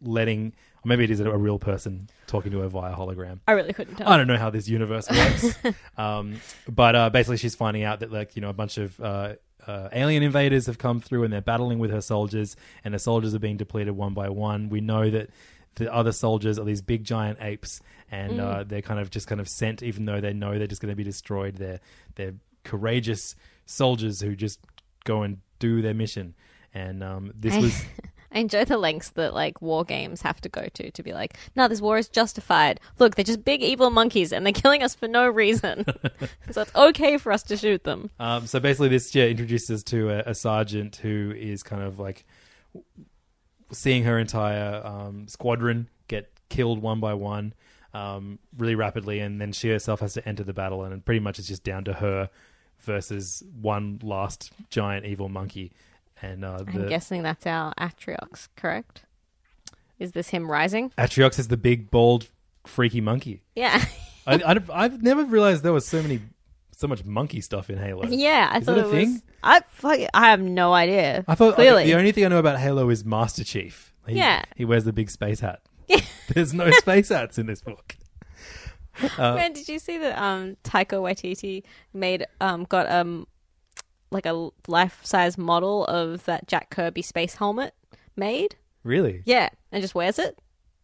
Speaker 5: letting, or maybe it is a real person talking to her via hologram.
Speaker 6: I really couldn't tell.
Speaker 5: I don't know how this universe works, um, but uh, basically she's finding out that like you know a bunch of uh, uh, alien invaders have come through and they're battling with her soldiers, and her soldiers are being depleted one by one. We know that the other soldiers are these big giant apes, and uh, they're kind of just kind of sent, even though they know they're just going to be destroyed. They're they're courageous soldiers who just go and do their mission. And um, this was
Speaker 6: I enjoy the lengths that like war games have to go to to be like, no, this war is justified. Look, they're just big evil monkeys and they're killing us for no reason. so it's okay for us to shoot them.
Speaker 5: Um, so basically, this yeah, introduces us to a, a sergeant who is kind of like w- seeing her entire um, squadron get killed one by one um, really rapidly, and then she herself has to enter the battle, and pretty much it's just down to her versus one last giant evil monkey. And uh,
Speaker 6: I'm
Speaker 5: the
Speaker 6: guessing that's our Atriox, correct? Is this him rising?
Speaker 5: Atriox is the big, bald, freaky monkey.
Speaker 6: Yeah.
Speaker 5: I, I, I've never realized there was so many, so much monkey stuff in Halo.
Speaker 6: yeah, I
Speaker 5: is
Speaker 6: thought
Speaker 5: that a
Speaker 6: it
Speaker 5: thing?
Speaker 6: was I fuck, I have no idea.
Speaker 5: I thought
Speaker 6: clearly.
Speaker 5: like, the only thing I know about Halo is Master Chief. He,
Speaker 6: Yeah.
Speaker 5: he wears the big space hat. There's no space hats in this book. uh,
Speaker 6: Man, did you see that um Taika Waititi made um got um like a life-size model of that Jack Kirby space helmet made?
Speaker 5: Really?
Speaker 6: Yeah, and just wears it.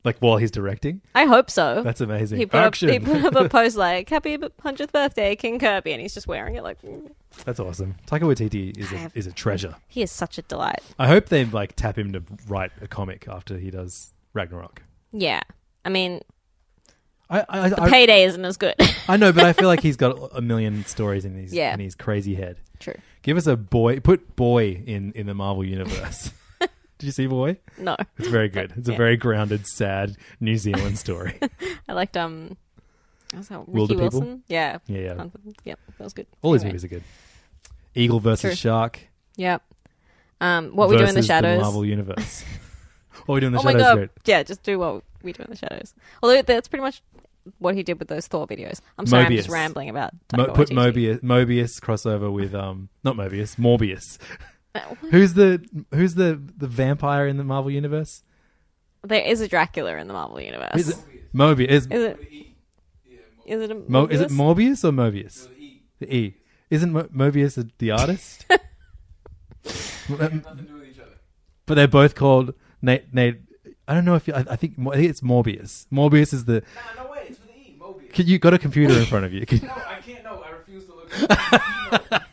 Speaker 5: Like while he's directing,
Speaker 6: I hope so.
Speaker 5: that's amazing.
Speaker 6: He put, up,
Speaker 5: Action.
Speaker 6: he put up a post like "Happy hundredth birthday, King Kirby," and he's just wearing it. Like mm.
Speaker 5: that's awesome. Taika Waititi is a,
Speaker 6: have-
Speaker 5: is a treasure.
Speaker 6: he is such a delight.
Speaker 5: I hope they like tap him to write a comic after he does Ragnarok.
Speaker 6: Yeah, I mean
Speaker 5: I I,
Speaker 6: the
Speaker 5: I,
Speaker 6: payday isn't as good.
Speaker 5: I know, but I feel like he's got a million stories in his
Speaker 6: Yeah.
Speaker 5: in his crazy head.
Speaker 6: True.
Speaker 5: Give us a boy. Put boy in in the Marvel universe. Did you see boy?
Speaker 6: No,
Speaker 5: It's very good. It's a very grounded, sad New Zealand story.
Speaker 6: I liked um. what Was that Ricky
Speaker 5: Wilder People?
Speaker 6: Wilson? Yeah.
Speaker 5: Yeah, yeah.
Speaker 6: Um, Yep, that was good.
Speaker 5: All these
Speaker 6: Anyway.
Speaker 5: movies are good. Eagle versus
Speaker 6: True.
Speaker 5: Shark.
Speaker 6: Yep. Um, what we do in the
Speaker 5: versus
Speaker 6: shadows.
Speaker 5: Marvel Universe. what we do in the
Speaker 6: oh my
Speaker 5: shadows?
Speaker 6: god!
Speaker 5: Great.
Speaker 6: Yeah, just do what we do in the shadows. Although that's pretty much what he did with those Thor videos. I'm sorry, I'm just
Speaker 5: Mobius.
Speaker 6: rambling about.
Speaker 5: Mo-
Speaker 6: Taika
Speaker 5: put Mobius,
Speaker 6: Waititi.
Speaker 5: Mobius crossover with um, not Mobius, Morbius. who's the who's the the vampire in the Marvel universe?
Speaker 6: There is a Dracula in the Marvel universe.
Speaker 5: Is it Mobius? Is,
Speaker 6: Is it? Is it a
Speaker 5: Mo-
Speaker 6: Mobius?
Speaker 5: is it Morbius or Mobius? the, e. Isn't Mo- Mobius the, the artist? um, But they're both called Nate. Nate. I don't know if you, I, I think Mo- I think it's Morbius. Morbius is the.
Speaker 7: No way, it's with an E, Mobius.
Speaker 5: Can, you got a computer in front of you. Can-
Speaker 7: No, I can't. No, I refuse to look. It up.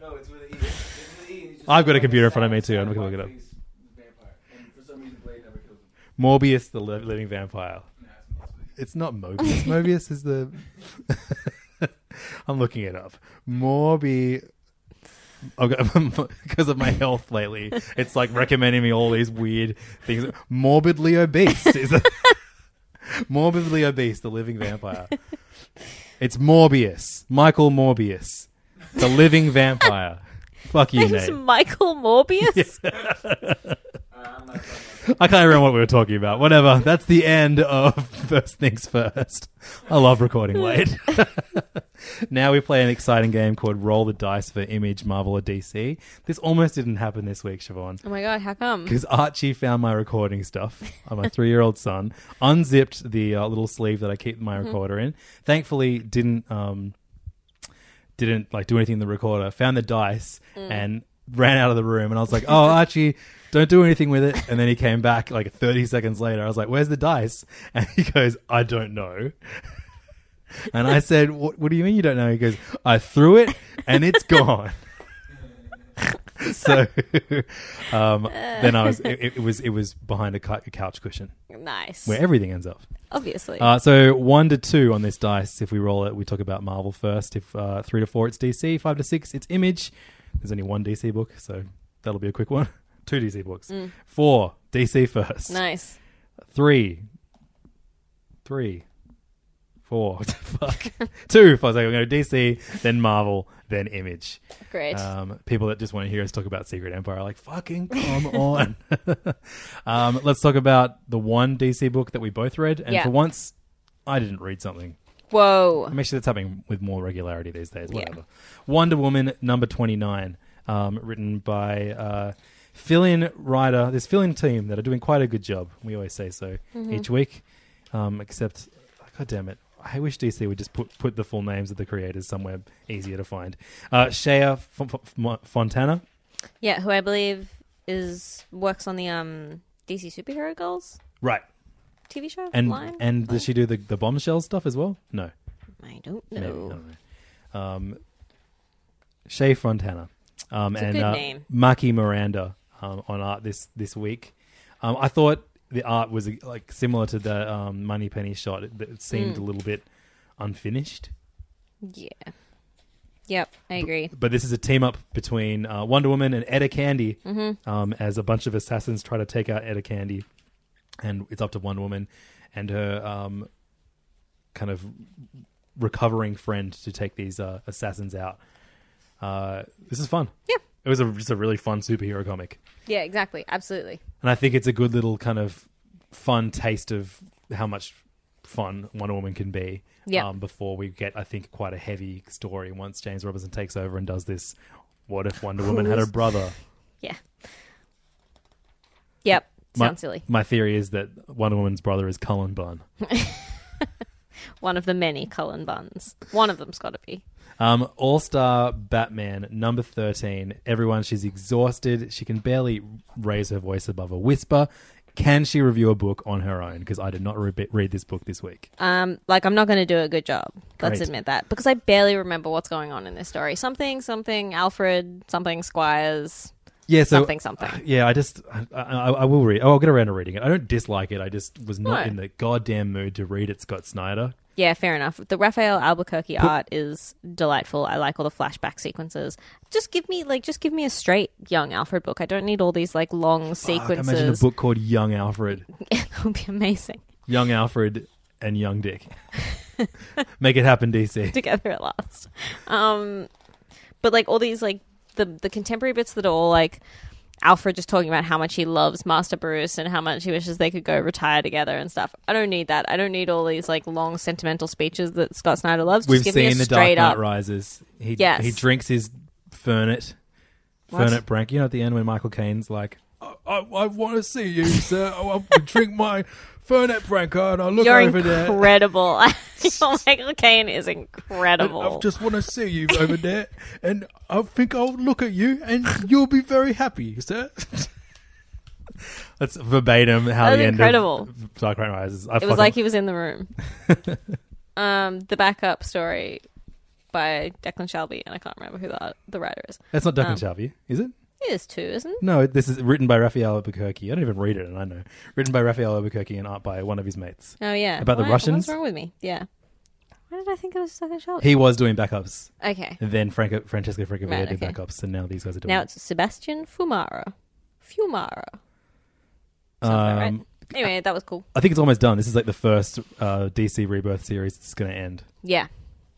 Speaker 7: no, it's with an E. It's with an E. and he's just
Speaker 5: I've got a computer in
Speaker 7: sad,
Speaker 5: front of me, too.
Speaker 7: sad
Speaker 5: I'm gonna look it up.
Speaker 7: white-faced Vampire, and for some reason Blade never kills him.
Speaker 5: Morbius, the li- living vampire.
Speaker 7: Nah, it's not sweet.
Speaker 5: It's not Mobius. Mobius is the. I'm looking it up. Morbi. Because of my health lately, it's like recommending me all these weird things. Morbidly obese is a, morbidly obese, the living vampire. It's Morbius, Michael Morbius, the living vampire. Fuck you,
Speaker 6: It's
Speaker 5: Nate.
Speaker 6: Michael Morbius.
Speaker 5: I can't remember what we were talking about. Whatever. That's the end of First Things First. I love recording late. now we play an exciting game called Roll the Dice for Image, Marvel, or DC. This almost didn't happen this week, Siobhan.
Speaker 6: Oh my god! How come?
Speaker 5: Because Archie found my recording stuff on my three year old son, unzipped the uh, little sleeve that I keep my recorder in. Thankfully, didn't um, didn't like do anything in the recorder. Found the dice and ran out of the room. And I was like, "Oh, Archie, don't do anything with it." And then he came back like 30 seconds later. I was like, "Where's the dice?" And he goes, "I don't know." And I said, what, "What do you mean you don't know?" He goes, "I threw it and it's gone." so um, then I was it, it was it was behind a cou- couch cushion
Speaker 6: nice.
Speaker 5: where everything ends up.
Speaker 6: Obviously.
Speaker 5: Uh, so one to two on this dice. If we roll it, we talk about Marvel first. If uh, three to four, it's DC. Five to six, it's Image. There's only one DC book, so that'll be a quick one. Two DC books. Four DC first.
Speaker 6: nice.
Speaker 5: Three. Three. Four. Fuck. two. Five. So I'm going to DC, then Marvel, then Image.
Speaker 6: Great.
Speaker 5: Um, people that just want to hear us talk about Secret Empire are like, fucking come on. um, let's talk about the one DC book that we both read. And
Speaker 6: Yeah.
Speaker 5: for once, I didn't read something.
Speaker 6: Whoa.
Speaker 5: I'm actually, that's happening with more regularity these days. Whatever. Wonder Woman number 29, um, written by uh, fill in writer, this fill in team that are doing quite a good job. We always say so each week. Um, except, God damn it. I wish DC would just put, put the full names of the creators somewhere easier to find. Uh, Shea F- F- Fontana,
Speaker 6: Yeah, who I believe is works on the um DC superhero girls
Speaker 5: Right.
Speaker 6: TV show
Speaker 5: And
Speaker 6: line.
Speaker 5: and does she do the, the bombshell stuff as well? No.
Speaker 6: I don't
Speaker 5: Maybe. I
Speaker 6: know.
Speaker 5: don't know. Um, Shay Fontana. Um,
Speaker 6: a
Speaker 5: and
Speaker 6: good
Speaker 5: uh,
Speaker 6: name.
Speaker 5: Maki Miranda um, on art this, this week. Um, I thought the art was like similar to the um, Money Penny shot. It, it seemed
Speaker 6: Hmm.
Speaker 5: a little bit unfinished.
Speaker 6: Yeah. Yep, I agree.
Speaker 5: But this is a team up between uh, Wonder Woman and Etta Candy um, as a bunch of assassins try to take out Etta Candy. And it's up to Wonder Woman and her um, kind of recovering friend to take these uh, assassins out. Uh, this is fun.
Speaker 6: Yeah.
Speaker 5: It was a, just a really fun superhero comic.
Speaker 6: Yeah, exactly. Absolutely.
Speaker 5: And I think it's a good little kind of fun taste of how much fun Wonder Woman can be. um,
Speaker 6: Yeah.
Speaker 5: before we get, I think, quite a heavy story once James Robinson takes over and does this. What if Wonder Woman had a brother?
Speaker 6: Yeah. Yep.
Speaker 5: My,
Speaker 6: Sounds silly.
Speaker 5: My theory is that Wonder Woman's brother is Cullen Bunn.
Speaker 6: One of the many Cullen buns. One of them's got to be.
Speaker 5: Um, All Star Batman, number 13. Everyone, she's exhausted. She can barely raise her voice above a whisper. Can she review a book on her own? Because I did not re- read this book this week.
Speaker 6: Um, like I'm not going to do a good job. Let's
Speaker 5: Great.
Speaker 6: admit that because I barely remember what's going on in this story. Something, something, Alfred, something, Squires.
Speaker 5: yeah, so, uh,
Speaker 6: something, something.
Speaker 5: Yeah, I just I, I, I will read. Oh, I'll get around to reading it. I don't dislike it. I just was not
Speaker 6: No.
Speaker 5: in the goddamn mood to read it. Scott Snyder.
Speaker 6: Yeah, fair enough. The Raphael Albuquerque art is delightful. I like all the flashback sequences. Just give me like just give me a straight young Alfred book. I don't need all these like long
Speaker 5: Fuck,
Speaker 6: sequences.
Speaker 5: imagine a book called Young Alfred,
Speaker 6: that would be amazing.
Speaker 5: Young Alfred, and Young Dick. Make it happen, DC.
Speaker 6: Together at last. Um but like all these like the the contemporary bits that are all like Alfred just talking about how much he loves Master Bruce and how much he wishes they could go retire together and stuff. I don't need that. I don't need all these like long sentimental speeches that Scott Snyder loves.
Speaker 5: We've
Speaker 6: just give me a
Speaker 5: seen the Dark
Speaker 6: straight
Speaker 5: Knight
Speaker 6: up.
Speaker 5: Rises. He
Speaker 6: Yes.
Speaker 5: he drinks his fernet,
Speaker 6: What?
Speaker 5: fernet brank. You know, at the end when Michael Caine's like, I, I, I want to see you, sir. I want to drink my fernet branco, and I look
Speaker 6: You're
Speaker 5: over there.
Speaker 6: incredible. Your Michael Caine is incredible.
Speaker 5: I just want to see you over there, and I think I'll look at you, and you'll be very happy, sir. That's verbatim how
Speaker 6: That
Speaker 5: the
Speaker 6: was
Speaker 5: end
Speaker 6: incredible.
Speaker 5: of Dark Knight Rises. I
Speaker 6: it was like he was in the room. um, the backup story by Declan Shelby, and I can't remember who the, the writer is.
Speaker 5: that's not
Speaker 6: Oh.
Speaker 5: Duncan Shelby, is it?
Speaker 6: It is two, isn't it?
Speaker 5: No, this is written by Raphael Albuquerque. I don't even read it, and I know written by Raphael Albuquerque and art by one of his mates.
Speaker 6: Oh yeah.
Speaker 5: About the
Speaker 6: Why-
Speaker 5: Russians?
Speaker 6: What's wrong with me? Yeah. Why did I think it was Declan Shelby?
Speaker 5: He was doing backups,
Speaker 6: okay.
Speaker 5: and then Franco, Francesco Francavilla
Speaker 6: Right,
Speaker 5: did
Speaker 6: okay.
Speaker 5: backups, and now these guys are doing.
Speaker 6: Now
Speaker 5: it.
Speaker 6: it's Sebastian Fumara. Fumara.
Speaker 5: um,
Speaker 6: Sounds about right. Anyway, that was cool.
Speaker 5: I think it's almost done. This is like the first uh, DC Rebirth series that's going to end.
Speaker 6: Yeah.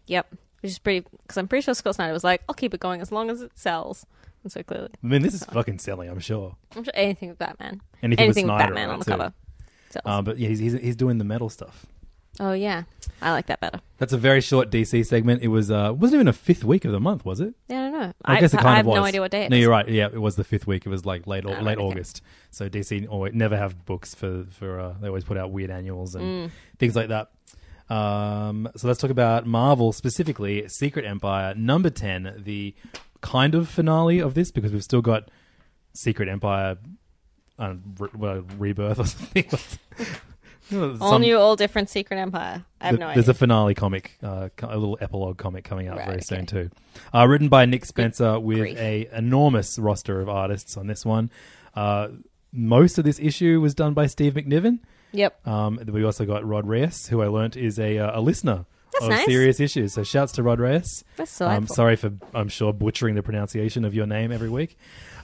Speaker 6: Yep. Which is pretty because I'm pretty sure Scott Snyder was like, "I'll keep it going as long as it sells." And so clearly,
Speaker 5: I mean, this
Speaker 6: Oh.
Speaker 5: is fucking selling, I'm sure.
Speaker 6: I'm sure anything with Batman.
Speaker 5: Anything with
Speaker 6: with
Speaker 5: Snyder
Speaker 6: Batman
Speaker 5: on
Speaker 6: on the
Speaker 5: it, too.
Speaker 6: cover. sells.
Speaker 5: Uh, but yeah, he's, he's he's doing the metal stuff.
Speaker 6: oh yeah, I like that better.
Speaker 5: That's a very short DC segment. It was uh, wasn't even a fifth week of the month, was it?
Speaker 6: Yeah, I don't know.
Speaker 5: I, guess it kind
Speaker 6: I
Speaker 5: of
Speaker 6: have
Speaker 5: was.
Speaker 6: no idea what day it
Speaker 5: no,
Speaker 6: is.
Speaker 5: you're right. Yeah, it was the fifth week. It was like late au-
Speaker 6: right,
Speaker 5: late
Speaker 6: okay.
Speaker 5: August. So DC always, never have books for for uh, they always put out weird annuals
Speaker 6: Mm.
Speaker 5: and things like that. Um, so let's talk about Marvel specifically. Secret Empire number ten, the kind of finale of this because we've still got Secret Empire, uh, re- well, Rebirth or something.
Speaker 6: All new, all different Secret Empire. I have
Speaker 5: Th-
Speaker 6: no idea.
Speaker 5: There's a finale comic, uh, co- a little epilogue comic coming out
Speaker 6: Right,
Speaker 5: very soon
Speaker 6: okay.
Speaker 5: too, uh, written by Nick Spencer with
Speaker 6: grief.
Speaker 5: a enormous roster of artists on this one. Uh, most of this issue was done by Steve McNiven.
Speaker 6: yep.
Speaker 5: Um, we also got Rod Reyes, who I learnt is a, uh, a listener
Speaker 6: That's
Speaker 5: of
Speaker 6: nice.
Speaker 5: Serious Issues. So shouts to Rod Reyes.
Speaker 6: That's
Speaker 5: I'm
Speaker 6: delightful.
Speaker 5: sorry for, I'm sure, butchering the pronunciation of your name every week.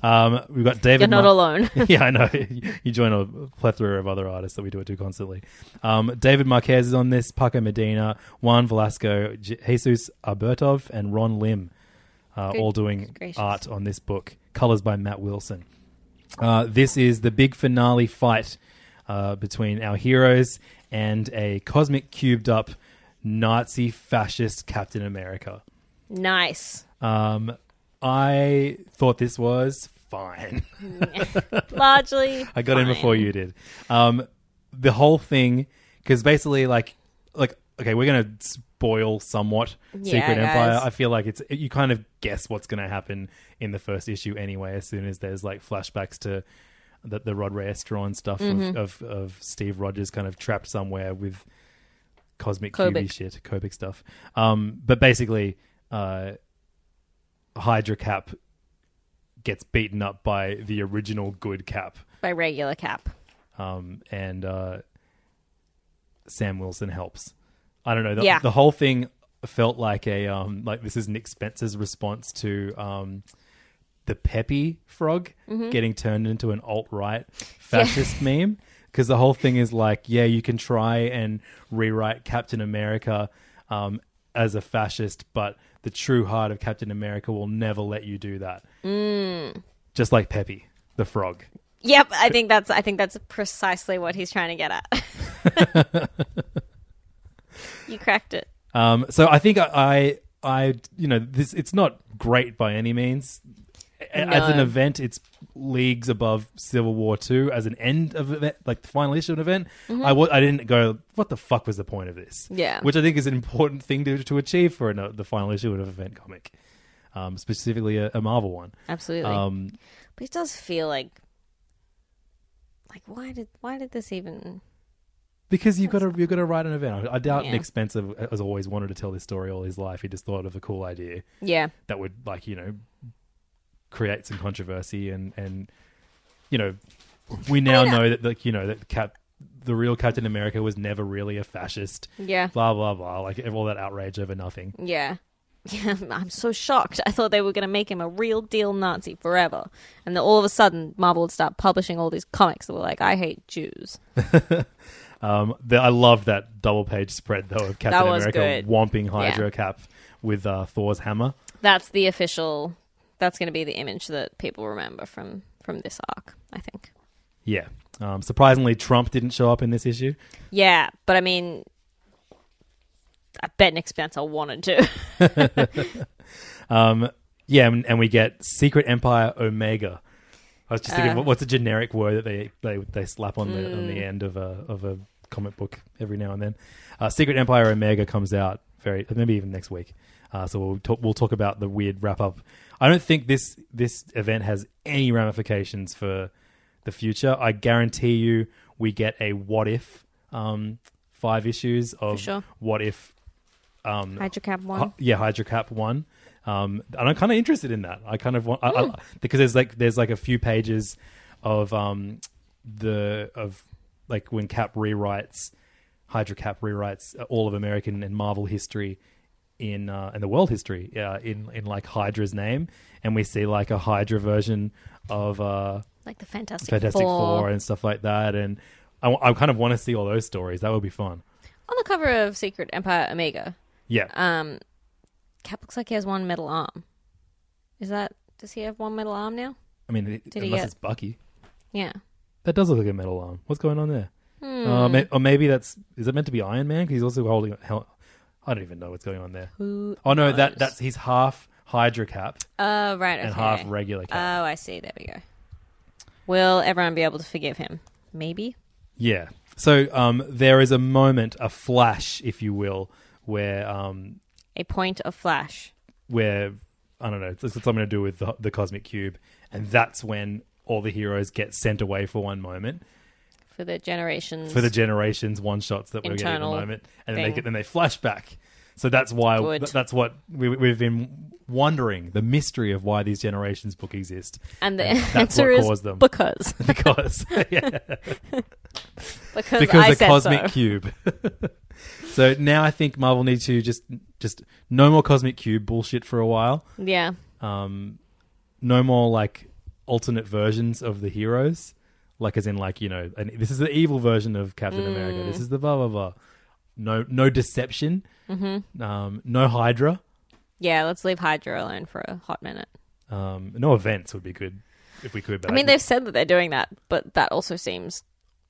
Speaker 5: Um, we've got David.
Speaker 6: You're not
Speaker 5: Ma-
Speaker 6: alone.
Speaker 5: yeah, I know. You join a plethora of other artists that we do it to constantly. Um, David Marquez is on this, Paco Medina, Juan Velasco, J- Jesus Albertov, and Ron Lim, uh,
Speaker 6: Good
Speaker 5: all doing
Speaker 6: gracious.
Speaker 5: art on this book. Colors by Matt Wilson. Uh, this is the big finale fight uh, between our heroes and a cosmic cubed up Nazi fascist Captain America.
Speaker 6: nice.
Speaker 5: Um, I thought this was fine.
Speaker 6: Largely.
Speaker 5: I got in
Speaker 6: fine.
Speaker 5: before you did. Um, the whole thing, because basically, like, like, okay, we're gonna spoil somewhat
Speaker 6: Yeah,
Speaker 5: Secret Empire.
Speaker 6: guys.
Speaker 5: I feel like it's you kind of guess what's gonna happen in the first issue anyway. As soon as there's like flashbacks to the, the Rod Reyes drawn stuff
Speaker 6: Mm-hmm.
Speaker 5: of, of of Steve Rogers kind of trapped somewhere with cosmic
Speaker 6: Kobik.
Speaker 5: QB shit, Kobic stuff. Um, but basically, uh, Hydra Cap gets beaten up by the original good Cap
Speaker 6: By regular cap.
Speaker 5: um, and uh, Sam Wilson helps. I don't know. The,
Speaker 6: Yeah.
Speaker 5: the whole thing felt like a um, like this is Nick Spencer's response to um, the Peppy Frog getting turned into an alt right fascist meme because the whole thing is like, yeah, you can try and rewrite Captain America um, as a fascist, but the true heart of Captain America will never let you do that. Just like Peppy the Frog.
Speaker 6: Yep, I think that's I think that's precisely what he's trying to get at. you cracked it.
Speaker 5: Um, so I think I, I, I, you know, this it's not great by any means. A- As an
Speaker 6: No.
Speaker 5: event, it's leagues above Civil War Two. As an end of event, like the final issue of an event, I wa- I didn't go. What the fuck was the point of this?
Speaker 6: Mm-hmm. Yeah.
Speaker 5: which I think is an important thing to to achieve for an, uh, the final issue of an event comic, um, specifically a, a Marvel one.
Speaker 6: Absolutely.
Speaker 5: Um,
Speaker 6: but it does feel like like why did why did this even
Speaker 5: Because you've got to you've got to write an event. I, I doubt
Speaker 6: Yeah.
Speaker 5: Nick Spencer has always wanted to tell this story all his life. He just thought of a cool idea.
Speaker 6: Yeah.
Speaker 5: that would like you know create some controversy and and you know we now
Speaker 6: Oh,
Speaker 5: know that like you know that cap the real Captain America was never really a fascist.
Speaker 6: Yeah.
Speaker 5: Blah blah blah. Like all that outrage over nothing.
Speaker 6: Yeah. Yeah, I'm so shocked. I thought they were going to make him a real deal Nazi forever. And then all of a sudden, Marvel would start publishing all these comics that were like, I hate Jews.
Speaker 5: Um, the, I love that double page spread though of Captain
Speaker 6: was
Speaker 5: America
Speaker 6: good.
Speaker 5: whomping Hydra Cap with uh, Thor's hammer.
Speaker 6: That's the official, that's going to be the image that people remember from, from this arc, I think.
Speaker 5: Yeah. Um, surprisingly, Trump didn't show up in this issue.
Speaker 6: Yeah, but I mean, I bet Nick Spencer wanted to.
Speaker 5: Um, yeah, and, and we get Secret Empire Omega. I was just thinking, what- what's a generic word that they they, they slap on the on the end of a of a comic book every now and then? Uh, Secret Empire Omega comes out very maybe even next week. Uh, so we'll talk, we'll talk about the weird wrap up. I don't think this this event has any ramifications for the future. I guarantee you, we get a what if um, five issues of
Speaker 6: sure.
Speaker 5: what if
Speaker 6: Hydra Cap
Speaker 5: Hy-
Speaker 6: 1.
Speaker 5: yeah, Hydra Cap one. Um, and I'm kind of interested in that. I kind of want I,
Speaker 6: Hmm.
Speaker 5: I, because there's like there's like a few pages of um the of like when Cap rewrites Hydra Cap rewrites uh, all of American and Marvel history in uh, and the world history uh, in in like Hydra's name, and we see like a Hydra version of uh
Speaker 6: Like the Fantastic,
Speaker 5: Fantastic
Speaker 6: Four.
Speaker 5: Four. and stuff like that, and. I, I kind of want to see all those stories. That would be fun.
Speaker 6: On the cover of Secret Empire Omega,
Speaker 5: Yeah.
Speaker 6: um, Cap looks like he has one metal arm. Is that, does he have one metal arm now?
Speaker 5: I mean, it,
Speaker 6: he
Speaker 5: unless
Speaker 6: get-
Speaker 5: it's Bucky.
Speaker 6: Yeah.
Speaker 5: That does look like a metal arm. What's going on there? Uh, may- or maybe that's is it meant to be Iron Man? 'Cause he's also holding. a hel- I don't even know what's going on there. oh no, that that's he's half Hydra cap
Speaker 6: Oh, right. Okay.
Speaker 5: and half regular
Speaker 6: Oh,
Speaker 5: cap.
Speaker 6: I see. There we go. Will everyone be able to forgive him? Maybe.
Speaker 5: yeah. So um, there is a moment, a flash, if you will, where um,
Speaker 6: A point of flash.
Speaker 5: where I don't know, it's, it's something to do with the, the cosmic cube, and that's when all the heroes get sent away for one moment.
Speaker 6: for the generations.
Speaker 5: for the generations one shots that we're getting at the
Speaker 6: Internal
Speaker 5: moment, and then they
Speaker 6: thing.
Speaker 5: get then they flash back. So that's why
Speaker 6: Good.
Speaker 5: th- that's what we, we've been wondering the mystery of why these generations book exist
Speaker 6: and the
Speaker 5: that's
Speaker 6: answer
Speaker 5: what
Speaker 6: is
Speaker 5: caused them.
Speaker 6: because
Speaker 5: because yeah,
Speaker 6: because,
Speaker 5: because
Speaker 6: I
Speaker 5: the
Speaker 6: said
Speaker 5: cosmic
Speaker 6: so.
Speaker 5: cube. so now I think Marvel needs to just just no more cosmic cube bullshit for a while.
Speaker 6: Yeah,
Speaker 5: Um, no more like alternate versions of the heroes, like as in like you know, and this is the evil version of Captain America.
Speaker 6: Mm.
Speaker 5: This is the blah blah blah. No, no deception. Mm-hmm. Um, no Hydra.
Speaker 6: yeah. Let's leave Hydra alone for a hot minute.
Speaker 5: Um, no events would be good if we could. But
Speaker 6: I mean, they've said that they're doing that, but that also seems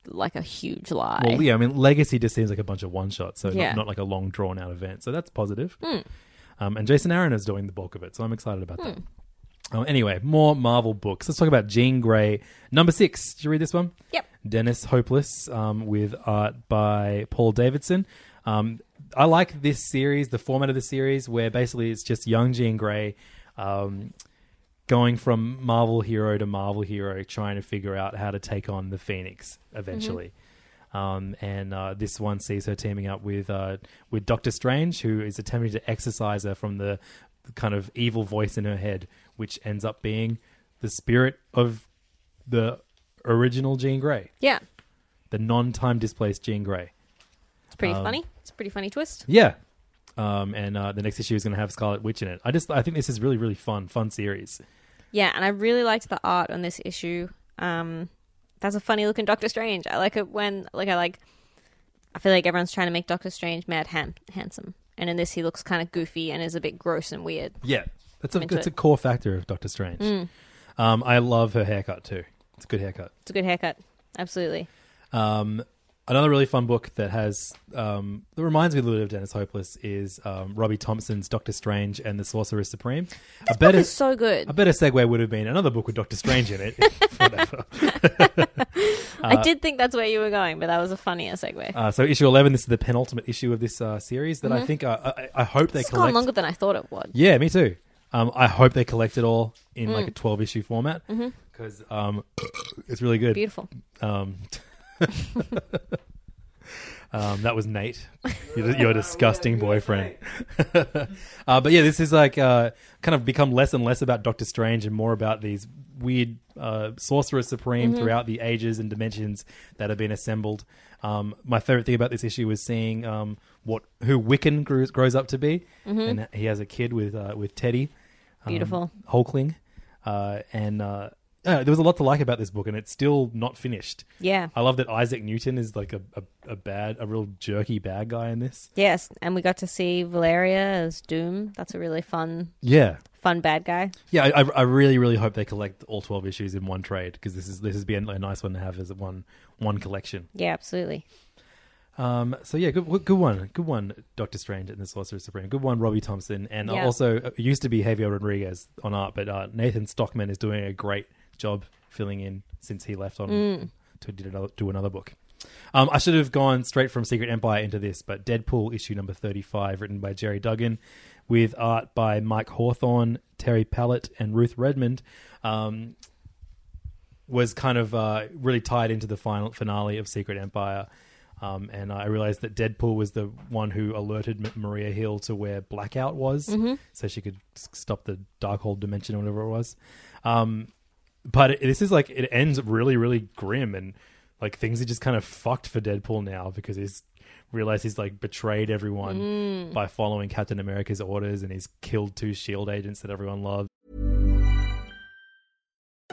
Speaker 6: like a huge lie.
Speaker 5: well, yeah. I mean, Legacy just seems like a bunch of one shots, so
Speaker 6: Yeah.
Speaker 5: not,
Speaker 6: Hmm.
Speaker 5: not like a long drawn out event. So that's positive. Um, and Jason Aaron is doing the bulk of it, so I'm excited about that.
Speaker 6: Hmm.
Speaker 5: Um, anyway, more Marvel books. Let's talk about Jean Grey, number six. Did you read this one?
Speaker 6: Yep.
Speaker 5: Dennis Hopeless um, with art by Paul Davidson. Um, I like this series, the format of the series, where basically it's just young Jean Grey um, going from Marvel hero to Marvel hero, trying to figure out how to take on the Phoenix eventually.
Speaker 6: Mm-hmm.
Speaker 5: Um, and uh, this one sees her teaming up with uh, with Doctor Strange, who is attempting to exorcise her from the kind of evil voice in her head, which ends up being the spirit of the original Jean Grey,
Speaker 6: yeah.
Speaker 5: the non-time displaced Jean Grey.
Speaker 6: It's
Speaker 5: Um,
Speaker 6: pretty funny. It's a pretty funny twist.
Speaker 5: Yeah. Um, and uh, the next issue is going to have Scarlet Witch in it. I just I think this is really really fun, fun series.
Speaker 6: Yeah, and I really liked the art on this issue. Um, that's a funny looking Doctor Strange. I like it when like I like. I feel like everyone's trying to make Doctor Strange mad ham- handsome, and in this he looks kind of goofy and is a bit gross and weird.
Speaker 5: Yeah, that's a
Speaker 6: into
Speaker 5: that's
Speaker 6: it.
Speaker 5: a core factor of Doctor Strange. Um, I love her haircut too. It's a good haircut.
Speaker 6: It's a good haircut, absolutely.
Speaker 5: Um, Another really fun book that has um, that reminds me a little bit of Dennis Hopeless is um, Robbie Thompson's Doctor Strange and the Sorcerer Supreme. a
Speaker 6: That
Speaker 5: better
Speaker 6: is so good.
Speaker 5: a better segue would have been another book with Doctor Strange in it. Whatever.
Speaker 6: I did think that's where you were going, but that was a funnier segue.
Speaker 5: Uh, so issue eleven. This is the penultimate issue of this uh, series that I think uh, I, I- I hope they collect.
Speaker 6: It's Mm-hmm. gone longer than I thought it would.
Speaker 5: Yeah, me too. Um, I hope they collect it all in
Speaker 6: Mm.
Speaker 5: like a twelve issue format because um, it's really good.
Speaker 6: Mm-hmm. Beautiful.
Speaker 5: Um, um, that was Nate, your, your disgusting boyfriend. uh, but yeah, this is like uh, kind of become less and less about Doctor Strange and more about these weird uh, sorcerer supreme throughout the ages and dimensions that have been assembled. Um, my favorite thing about this issue was seeing um, what who Wiccan grows, grows up to be, and he has a kid with uh, with Teddy
Speaker 6: Beautiful.
Speaker 5: um, Hulkling, uh, and uh, uh, there was a lot to like about this book, and it's still not finished.
Speaker 6: Yeah.
Speaker 5: I love that Isaac Newton is like a, a, a bad, a real jerky bad guy in this.
Speaker 6: Yes, and we got to see Valeria as Doom. That's a really fun,
Speaker 5: Yeah,
Speaker 6: fun bad guy.
Speaker 5: yeah. I, I I really, really hope they collect all twelve issues in one trade because this is this is be a, a nice one to have as one one collection.
Speaker 6: Yeah, absolutely.
Speaker 5: Um, so yeah, good, good one, good one. Doctor Strange and the Sorcerer Supreme. Good one, Robbie Thompson, and
Speaker 6: Yeah.
Speaker 5: also uh, it used to be Javier Rodriguez on art, but uh, Nathan Stockman is doing a great job filling in since he left on to did another, do another book. Um, I should have gone straight from Secret Empire into this, but Deadpool issue number thirty-five, written by Jerry Duggan, with art by Mike Hawthorne, Terry Pallett, and Ruth Redmond. Um, was kind of uh, really tied into the final finale of Secret Empire. Um, and I realized that Deadpool was the one who alerted M- Maria Hill to where Blackout was, so she could s- stop the Darkhold dimension or whatever it was. Um, but it, this is like it ends really, really grim, and like things are just kind of fucked for Deadpool now because he's realized he's like betrayed everyone by following Captain America's orders, and he's killed two Shield E agents that everyone loves.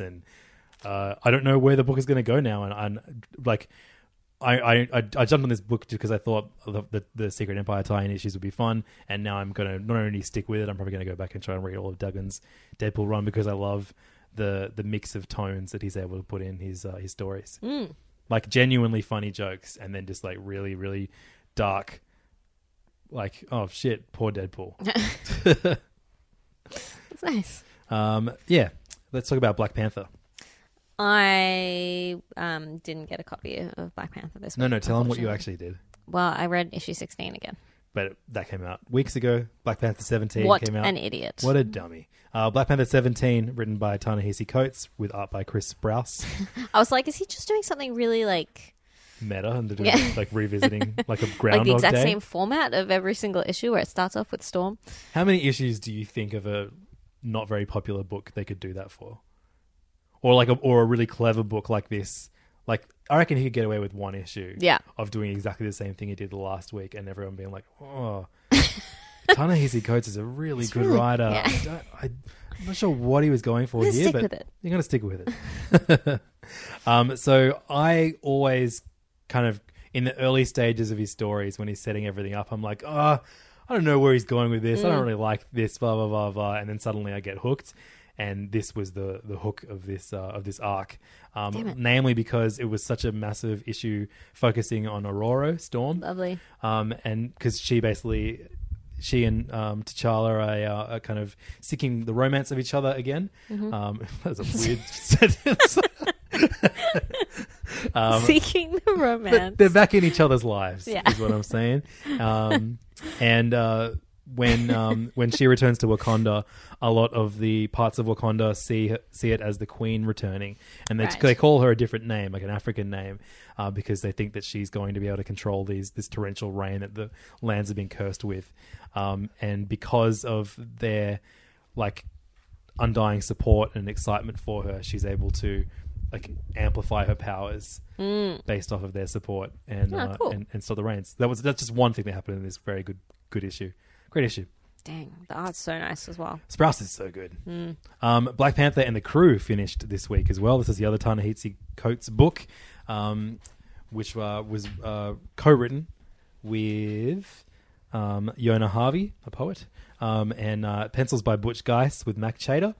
Speaker 5: and uh, I don't know where the book is going to go now. And I'm like, I, I I I jumped on this book because I thought the, the the Secret Empire tie-in issues would be fun, and now I'm going to not only stick with it, I'm probably going to go back and try and read all of Duggan's Deadpool run because I love the the mix of tones that he's able to put in his uh, his stories,
Speaker 6: Mm.
Speaker 5: like genuinely funny jokes, and then just like really really dark, like oh shit, poor Deadpool.
Speaker 6: It's nice.
Speaker 5: um, yeah, let's talk about Black Panther.
Speaker 6: I um, didn't get a copy of Black Panther this week.
Speaker 5: No, no, tell him what you
Speaker 6: unfortunately.
Speaker 5: actually did.
Speaker 6: Well, I read issue 16 again.
Speaker 5: but that came out weeks ago. Black Panther 17
Speaker 6: What
Speaker 5: came out.
Speaker 6: an idiot.
Speaker 5: What a dummy. Uh, Black Panther 17, written by Ta-Nehisi Coates, with art by Chris Sprouse.
Speaker 6: I was like, is he just doing something really like.
Speaker 5: Meta, and they're doing,
Speaker 6: Yeah.
Speaker 5: like revisiting like a
Speaker 6: like
Speaker 5: Groundhog
Speaker 6: the exact
Speaker 5: Day.
Speaker 6: same format of every single issue where it starts off with Storm?
Speaker 5: How many issues do you think of a not very popular book they could do that for? Or like a, or a really clever book like this. Like I reckon he could get away with one issue
Speaker 6: Yeah.
Speaker 5: of doing exactly the same thing he did the last week and everyone being like, "Oh, Ta-Nehisi Coates is a really
Speaker 6: He's
Speaker 5: good
Speaker 6: really-
Speaker 5: writer."
Speaker 6: yeah.
Speaker 5: I don't- I, I'm not sure what he was going for
Speaker 6: I'm gonna
Speaker 5: here,
Speaker 6: stick
Speaker 5: but
Speaker 6: with it.
Speaker 5: you're going to stick with it. um, so I always kind of in the early stages of his stories when he's setting everything up, I'm like, ah, I don't know where he's going with this. I don't
Speaker 8: Mm.
Speaker 5: really like this. Blah blah blah blah. And then suddenly I get hooked, and this was the the hook of this uh, of this arc,
Speaker 8: Damn
Speaker 5: um,
Speaker 8: it.
Speaker 5: namely because it was such a massive issue focusing on Aurora Storm.
Speaker 6: Lovely.
Speaker 5: Um, and because she basically, she and um, T'Challa are, uh, are kind of seeking the romance of each other again.
Speaker 8: Mm-hmm.
Speaker 6: Mhm.
Speaker 5: Um, that's a weird sentence. Um,
Speaker 6: Seeking the romance.
Speaker 5: but They're back in each other's lives,
Speaker 6: Yeah.
Speaker 5: is what I'm saying. Um, and uh, when um, when she returns to Wakanda, a lot of the parts of Wakanda see see it as the Queen returning, and they,
Speaker 8: Right.
Speaker 5: they call her a different name, like an African name, uh, because they think that she's going to be able to control these this torrential rain that the lands have been cursed with, um, and because of their like undying support and excitement for her, she's able to like amplify her powers
Speaker 8: Mm.
Speaker 5: based off of their support and
Speaker 8: Oh,
Speaker 5: uh,
Speaker 8: cool.
Speaker 5: and, and stop the rains. That was that's just one thing that happened in this very good good issue. Great issue.
Speaker 6: Dang, the art's so nice as well.
Speaker 5: Sprouse is so good.
Speaker 6: Mm.
Speaker 5: Um, Black Panther and the Crew finished this week as well. This is the other Ta-Nehisi Coates book, um, which uh, was uh, co-written with um, Yona Harvey, a poet, um, and uh, pencils by Butch Geiss with Mac Chater,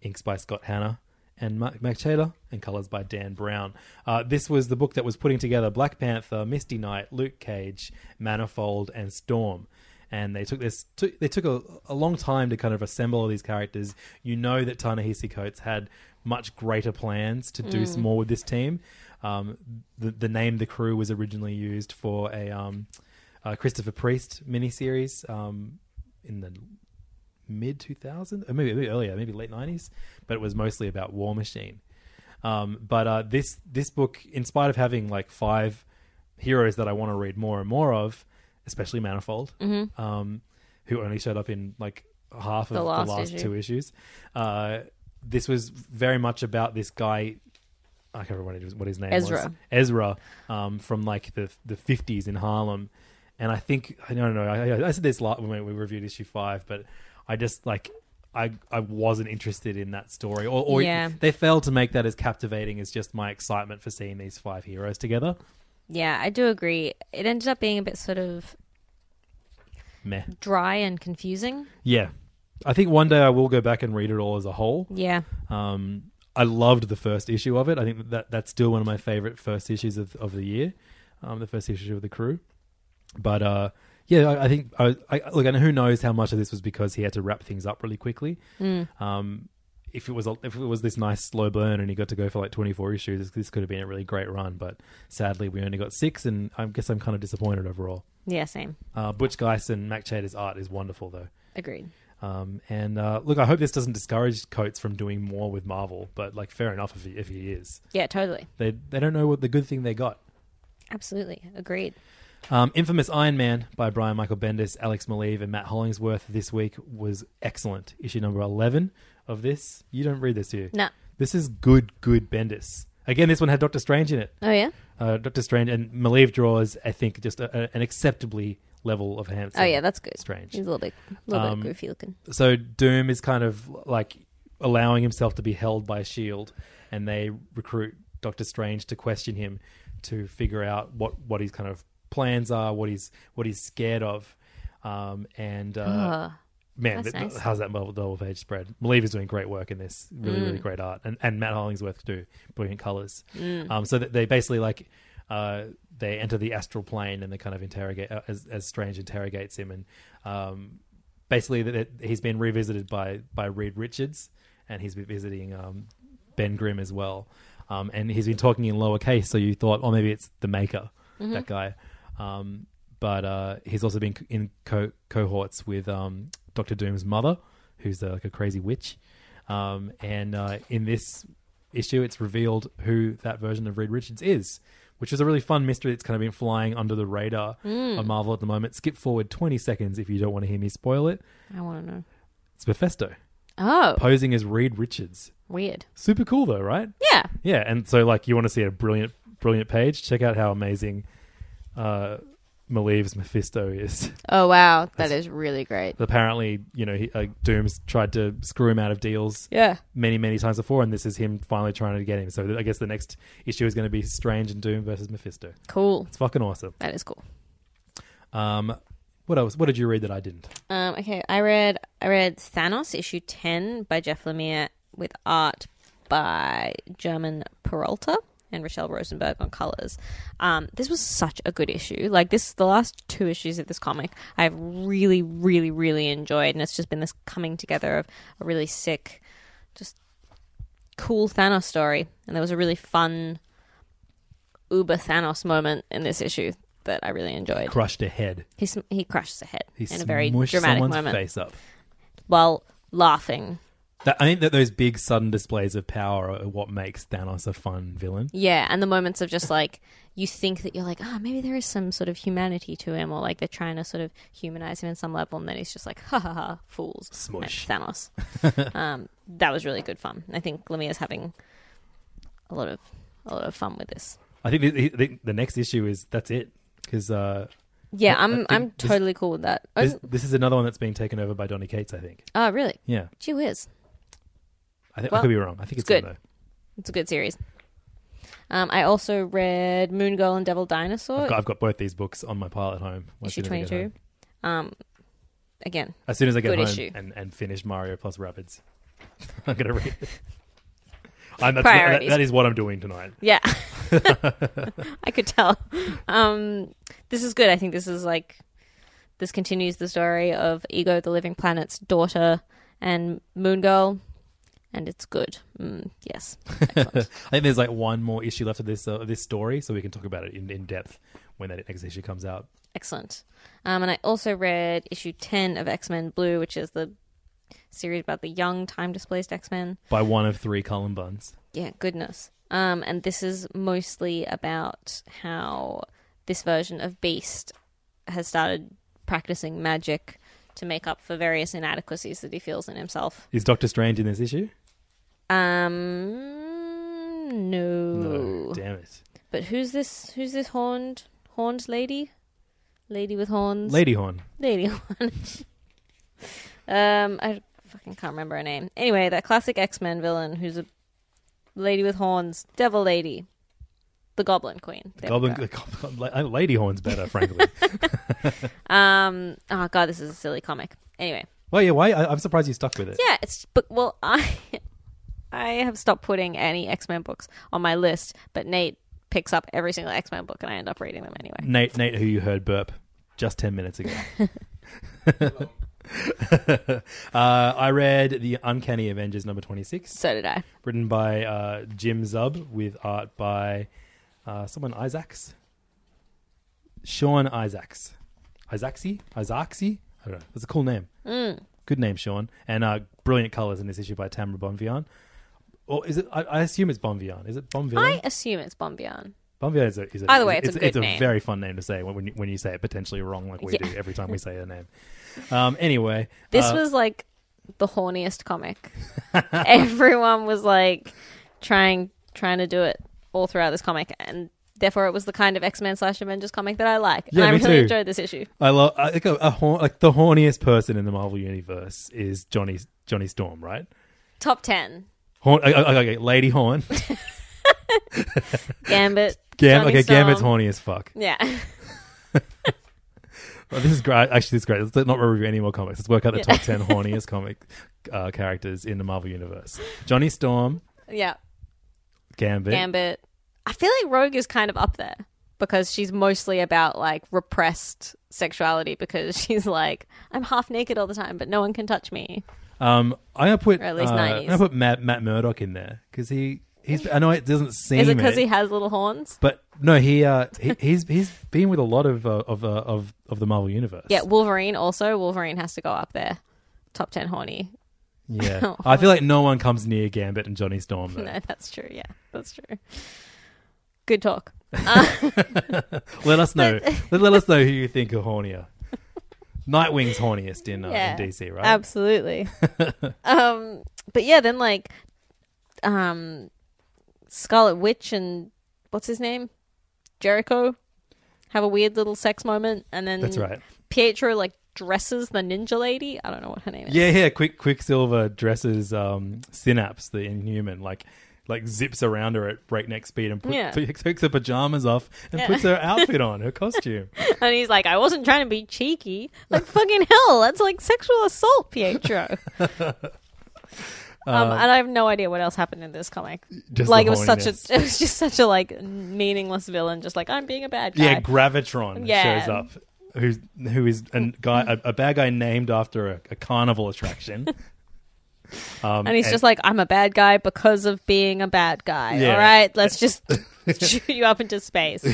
Speaker 5: inks by Scott Hanna and Mac, Mac Chater, and colors by Dan Brown. Uh, this was the book that was putting together Black Panther, Misty Knight, Luke Cage, Manifold, and Storm and they took this took, they took a, a long time to kind of assemble all these characters you know that Ta-Nehisi Coates had much greater plans to do
Speaker 8: Mm.
Speaker 5: some more with this team um, the, the name the crew was originally used for a, um, a Christopher Priest miniseries um, in the mid 2000s or maybe, maybe earlier maybe late 90s but it was mostly about War Machine um, but uh, this this book in spite of having like five heroes that I want to read more and more of especially Manifold
Speaker 8: Mhm.
Speaker 5: um, who only showed up in like half of
Speaker 8: The
Speaker 5: the last,
Speaker 8: last issue.
Speaker 5: two issues. Uh, this was very much about this guy. I can't remember what, it was, what his name was.
Speaker 8: Ezra.
Speaker 5: Ezra, um, from like the the fifties in Harlem, and I think I don't know. I, I said this lot when we reviewed issue five, but I just like I I wasn't interested in that story, or, or
Speaker 6: Yeah.
Speaker 5: they failed to make that as captivating as just my excitement for seeing these five heroes together.
Speaker 6: Yeah, I do agree. It ended up being a bit sort of
Speaker 5: Meh.
Speaker 6: dry and confusing.
Speaker 5: Yeah. I think one day I will go back and read it all as a whole.
Speaker 6: Yeah.
Speaker 5: Um, I loved the first issue of it. I think that that's still one of my favorite first issues of, of the year, um, the first issue of the crew. But uh, yeah, I, I think I, I look and who knows how much of this was because he had to wrap things up really quickly.
Speaker 8: Mm.
Speaker 5: Um, if it was a, if it was this nice slow burn and he got to go for like 24 issues, this, this could have been a really great run. But sadly, we only got six, and I guess I'm kind of disappointed overall.
Speaker 6: Yeah, same.
Speaker 5: Uh, Butch Geisen, Mac Chader's art is wonderful though.
Speaker 6: Agreed.
Speaker 5: Um, and uh, look, I hope this doesn't discourage Coates from doing more with Marvel, but like, fair enough if he, if he is.
Speaker 6: Yeah, totally.
Speaker 5: They they don't know what the good thing they got.
Speaker 6: Absolutely. Agreed.
Speaker 5: Um, Infamous Iron Man by Brian Michael Bendis, Alex Maleev, and Matt Hollingsworth this week was excellent. Issue number 11 of this. You don't read this, do you?
Speaker 6: No.
Speaker 5: This is good, good Bendis. Again, this one had Doctor Strange in it.
Speaker 6: Oh, yeah?
Speaker 5: Uh, Doctor Strange and Maleev draws, I think, just a, a, an acceptably level of handsome.
Speaker 6: Oh yeah, that's good.
Speaker 5: Strange.
Speaker 6: He's a little bit, a little
Speaker 5: Um,
Speaker 6: bit goofy looking.
Speaker 5: So Doom is kind of like allowing himself to be held by Shield, and they recruit Doctor Strange to question him to figure out what what his kind of plans are, what he's what he's scared of, um, and. Uh,
Speaker 6: Ah,
Speaker 5: Man,
Speaker 6: that's
Speaker 5: th- th-
Speaker 6: nice.
Speaker 5: how's that double- double page spread? Malieve is doing great work in this. Really, really
Speaker 6: Mm.
Speaker 5: great art, and, and Matt Hollingsworth too. Brilliant colors.
Speaker 6: Mm.
Speaker 5: Um, so that they basically like uh, they enter the astral plane and they kind of interrogate uh, as, as Strange interrogates him, and um, basically that that he's been revisited by by Reed Richards, and he's been visiting um, Ben Grimm as well, um, and he's been talking in lowercase. So you thought, oh, maybe it's the Maker,
Speaker 6: Mm-hmm.
Speaker 8: Mhm.
Speaker 5: that guy. Um, but uh, he's also been c- in co- cohorts with um, Doctor Doom's mother, who's uh, like a crazy witch. Um, and uh, in this issue, it's revealed who that version of Reed Richards is, which is a really fun mystery that's kind of been flying under the radar
Speaker 6: Mm.
Speaker 5: of Marvel at the moment. Skip forward 20 seconds if you don't want to hear me spoil it.
Speaker 6: I want to know.
Speaker 5: It's Mephisto
Speaker 6: Oh,
Speaker 5: posing as Reed Richards.
Speaker 6: weird.
Speaker 5: Super cool though, right?
Speaker 6: Yeah.
Speaker 5: Yeah, and so like you want to see a brilliant, brilliant page? Check out how amazing uh, Maleev's Mephisto is.
Speaker 6: Oh wow, that is really great.
Speaker 5: Apparently, you know, he, uh, Doom's tried to screw him out of deals.
Speaker 6: Yeah.
Speaker 5: many, many times before, and this is him finally trying to get him. So I guess the next issue is going to be Strange and Doom versus Mephisto.
Speaker 6: Cool.
Speaker 5: It's fucking awesome.
Speaker 6: That is cool.
Speaker 5: Um, what else? What did you read that I didn't?
Speaker 6: Um, okay, I read I read Thanos issue ten by Jeff Lemire with art by German Peralta and Rochelle Rosenberg on colors. Um, this was such a good issue. Like this, the last two issues of this comic, I've really, really, really enjoyed, and it's just been this coming together of a really sick, just cool Thanos story, and there was a really fun Uber Thanos moment in this issue that I really enjoyed.
Speaker 5: Crushed a head.
Speaker 6: He sm- he crushes a head
Speaker 5: He
Speaker 6: in a very
Speaker 5: smushed
Speaker 6: dramatic
Speaker 5: someone's
Speaker 6: moment
Speaker 5: face up.
Speaker 6: while laughing.
Speaker 5: That, I think that those big sudden displays of power are what makes Thanos a fun villain.
Speaker 6: Yeah, and the moments of just like you think that you're like, ah, maybe there is some sort of humanity to him, or like they're trying to sort of humanize him in some level, and then he's just like, ha ha ha, fools,
Speaker 5: Smush.
Speaker 6: like Thanos. um, that was really good fun. I think Lemire's having a lot of a lot of fun with this.
Speaker 5: I think the, the, the next issue is that's it because uh, I-
Speaker 6: Yeah,
Speaker 5: I
Speaker 6: I'm
Speaker 5: think
Speaker 6: I'm
Speaker 5: this-
Speaker 6: totally cool with that. Oh,
Speaker 5: This, this is another one that's being taken over by Donny Cates. I think.
Speaker 6: oh, really?
Speaker 5: Yeah,
Speaker 6: Gee whiz.
Speaker 5: I think I
Speaker 6: Well,
Speaker 5: could be wrong. I think it's,
Speaker 6: it's good.
Speaker 5: Him,
Speaker 6: It's a good series. Um, I also read Moon Girl and Devil
Speaker 5: though.
Speaker 6: Dinosaur,
Speaker 5: I've got, I've got both these books on my pile at home. As
Speaker 6: issue
Speaker 5: soon as I get
Speaker 6: 22.
Speaker 5: home.
Speaker 6: Um, again,
Speaker 5: As soon as I get
Speaker 6: good
Speaker 5: home
Speaker 6: issue.
Speaker 5: and and finish Mario plus Rapids, I'm gonna read. It. I'm, that's, that,
Speaker 6: Priorities.
Speaker 5: that is what I'm doing tonight.
Speaker 6: Yeah. I could tell. Um, this is good. I think this is like, this continues the story of Ego, the living planet's daughter, and Moon Girl, and it's good. Mm, yes.
Speaker 5: I think there's like one more issue left of this uh, of this story, so we can talk about it in, in depth when that next issue comes out.
Speaker 6: Excellent. Um, and I also read issue 10 of X Men Blue, which is the series about the young, time displaced X Men.
Speaker 5: By one of three Columbines.
Speaker 6: Yeah, goodness. Um, and this is mostly about how this version of Beast has started practicing magic to make up for various inadequacies that he feels in himself.
Speaker 5: Is Doctor Strange in this issue?
Speaker 6: Um, no.
Speaker 5: Damn it.
Speaker 6: But who's this? Who's this horned horned lady? Lady with horns.
Speaker 5: Lady Horn.
Speaker 6: Lady horn. um, I fucking can't remember her name. Anyway, that classic X Men villain who's a lady with horns, Devil Lady, the Goblin Queen. There we
Speaker 5: Goblin,
Speaker 6: go.
Speaker 5: the goblin, la- uh, Lady Horn's better, frankly.
Speaker 6: Um. Oh god, this is a silly comic. Anyway.
Speaker 5: well, yeah, why? I, I'm surprised you stuck with it.
Speaker 6: Yeah, it's but well, I I have stopped putting any X Men books on my list, but Nate picks up every single X Men book, and I end
Speaker 5: Mm.
Speaker 6: up reading them anyway.
Speaker 5: Nate, Nate, who you heard burp just 10 minutes ago. uh, I read the Uncanny Avengers number twenty six.
Speaker 6: So did I.
Speaker 5: Written by uh, Jim Zub with art by uh, someone Isaacs, Sean Isaacs, Isaacsy, Isaacsy. I don't know. That's a cool name.
Speaker 6: Mm.
Speaker 5: Good name, Sean. And uh, brilliant colors in this issue by Tamara Bonvian. Or is it? I, I assume it's Bonvian. Is it Bonvian?
Speaker 6: I assume it's Bombian.
Speaker 5: Bonvian is a, is a
Speaker 6: Either way,
Speaker 5: is-
Speaker 6: it's a good name.
Speaker 5: very fun name to say when when you, when you say it potentially wrong, like we
Speaker 6: Yeah.
Speaker 5: do every time we say a name. Um, anyway,
Speaker 6: This
Speaker 5: uh,
Speaker 6: was like the horniest comic. Everyone was like trying trying to do it all throughout this comic, and therefore it was the kind of X Men slash Avengers comic that I like,
Speaker 5: Yeah,
Speaker 6: and I
Speaker 5: me
Speaker 6: really
Speaker 5: too.
Speaker 6: enjoyed this issue.
Speaker 5: I love I think a, a hor- like the horniest person in the Marvel universe is Johnny Johnny Storm, right?
Speaker 6: Top ten:
Speaker 5: Horn, okay, okay, okay, Lady Horn.
Speaker 6: Gambit.
Speaker 5: Gam-
Speaker 6: Johnny
Speaker 5: okay, Gambit's
Speaker 6: Storm.
Speaker 5: horny as fuck.
Speaker 6: Yeah.
Speaker 5: Well, this is great. Actually, this is great. Let's not review any more comics. Let's work out the
Speaker 6: Yeah.
Speaker 5: top ten horniest comic uh, characters in the Marvel universe. Johnny Storm,
Speaker 6: yeah.
Speaker 5: Gambit.
Speaker 6: Gambit. I feel like Rogue is kind of up there because she's mostly about like repressed sexuality because she's like, I'm half naked all the time, but no one can touch me.
Speaker 5: Um, I'm gonna put
Speaker 6: Or at least
Speaker 5: uh,
Speaker 6: 90s.
Speaker 5: I'm gonna put Matt, Matt Murdock in there because he he's. I know it doesn't seem.
Speaker 6: is it because
Speaker 5: it.
Speaker 6: he has little horns?
Speaker 5: But no, he, uh, he he's he's been with a lot of uh, of uh, of of the Marvel universe.
Speaker 6: Yeah, Wolverine also. Wolverine has to go up there. Top 10 horny.
Speaker 5: Yeah, I feel like no one comes near Gambit and Johnny Storm. Though.
Speaker 6: no, that's true. Yeah, that's true. Good talk.
Speaker 5: let us know. let, let us know who you think are hornier. Nightwing's horniest in, uh,
Speaker 6: Yeah,
Speaker 5: in DC, right?
Speaker 6: Absolutely. um, but yeah, then like, um, Scarlet Witch and what's his name, Jericho, have a weird little sex moment, and then
Speaker 5: That's right.
Speaker 6: Pietro like dresses the ninja lady. I don't know what her name is.
Speaker 5: Yeah, yeah. Quick Quicksilver dresses um, Synapse, the Inhuman, like like zips around her at breakneck speed and put,
Speaker 6: Yeah.
Speaker 5: takes her pajamas off and
Speaker 6: Yeah.
Speaker 5: puts her outfit on, her costume.
Speaker 6: And he's like, I wasn't trying to be cheeky. Like fucking hell, that's like sexual assault, Pietro. Um,
Speaker 5: Uh,
Speaker 6: and I have no idea what else happened in this comic.
Speaker 5: Just
Speaker 6: like
Speaker 5: the
Speaker 6: it was such a,
Speaker 5: horniness.
Speaker 6: it was just such a like meaningless villain. Just like I'm being a bad guy.
Speaker 5: Yeah, Gravitron
Speaker 6: Yeah.
Speaker 5: shows up. Who's who is a guy a, a bad guy named after a, a carnival attraction. Um,
Speaker 6: and he's just like, I'm a bad guy because of being a bad guy.
Speaker 5: Yeah.
Speaker 6: All right, let's just shoot you up into space.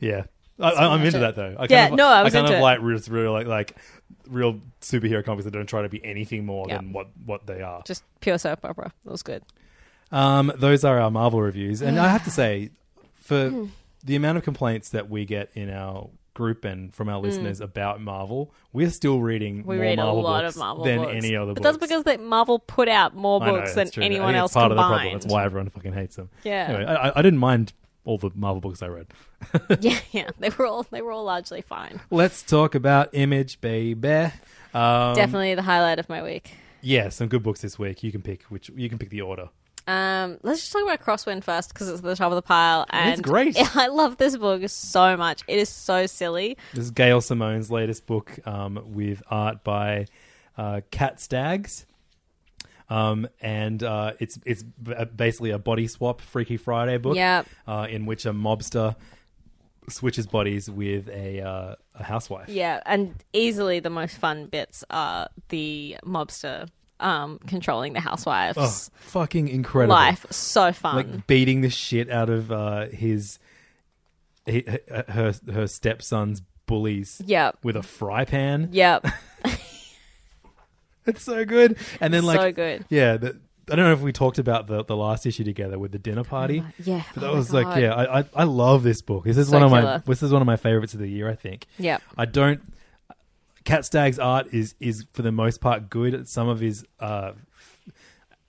Speaker 5: yeah. I, I, I'm into that though. I
Speaker 6: Yeah,
Speaker 5: kind of,
Speaker 6: no, I was
Speaker 5: kind
Speaker 6: into
Speaker 5: of
Speaker 6: it.
Speaker 5: like real, real like like real superhero comics that don't try to be anything more
Speaker 6: Yeah.
Speaker 5: than what what they are.
Speaker 6: Just pure soap opera. That was good.
Speaker 5: Um, those are our Marvel reviews, and I have to say,
Speaker 6: Hmm.
Speaker 5: for the amount of complaints that we get in our group and from our
Speaker 6: Mm.
Speaker 5: listeners about Marvel, we're still reading
Speaker 6: We
Speaker 5: more
Speaker 6: read
Speaker 5: Marvel
Speaker 6: a lot
Speaker 5: books
Speaker 6: of Marvel
Speaker 5: than
Speaker 6: books.
Speaker 5: any other
Speaker 6: but
Speaker 5: books.
Speaker 6: that's because that Marvel put out more
Speaker 5: I know,
Speaker 6: books
Speaker 5: that's
Speaker 6: than
Speaker 5: true. I
Speaker 6: anyone
Speaker 5: think
Speaker 6: else
Speaker 5: it's part
Speaker 6: combined.
Speaker 5: of the problem. That's why everyone fucking hates them.
Speaker 6: Yeah.
Speaker 5: Anyway, I, I- I didn't mind all the Marvel books I read.
Speaker 6: yeah, yeah, they were all they were all largely fine.
Speaker 5: Let's talk about Image, baby. Um,
Speaker 6: Definitely the highlight of my week.
Speaker 5: Yeah, some good books this week. You can pick which. You can pick the order.
Speaker 6: Um, let's just talk about Crosswind first because it's at the top of the pile. And
Speaker 5: It's great.
Speaker 6: I love this book so much. It is so silly.
Speaker 5: This is Gail Simone's latest book um, with art by uh, Cat Staggs. Um, and uh, it's it's b- basically a body swap Freaky Friday book
Speaker 6: Yep.
Speaker 5: uh, in which a mobster switches bodies with a, uh, a housewife.
Speaker 6: Yeah, and easily the most fun bits are the mobster um, controlling the
Speaker 5: Oh,
Speaker 6: housewives.
Speaker 5: fucking incredible.
Speaker 6: Life so fun.
Speaker 5: Like beating the shit out of uh, his he- her her- her stepson's bullies.
Speaker 6: Yep.
Speaker 5: With a fry pan.
Speaker 6: Yep.
Speaker 5: it's so good. And then
Speaker 6: So
Speaker 5: like
Speaker 6: good.
Speaker 5: Yeah. The, I don't know if we talked about the, the last issue together with the dinner party.
Speaker 6: yeah.
Speaker 5: But that
Speaker 6: Oh my
Speaker 5: was
Speaker 6: God.
Speaker 5: like yeah, I, I I love this book. This is
Speaker 6: So
Speaker 5: one of
Speaker 6: killer.
Speaker 5: my this is one of my favorites of the year. I think.
Speaker 6: Yep.
Speaker 5: I don't. Cat Stag's art is is for the most part good. Some of his uh,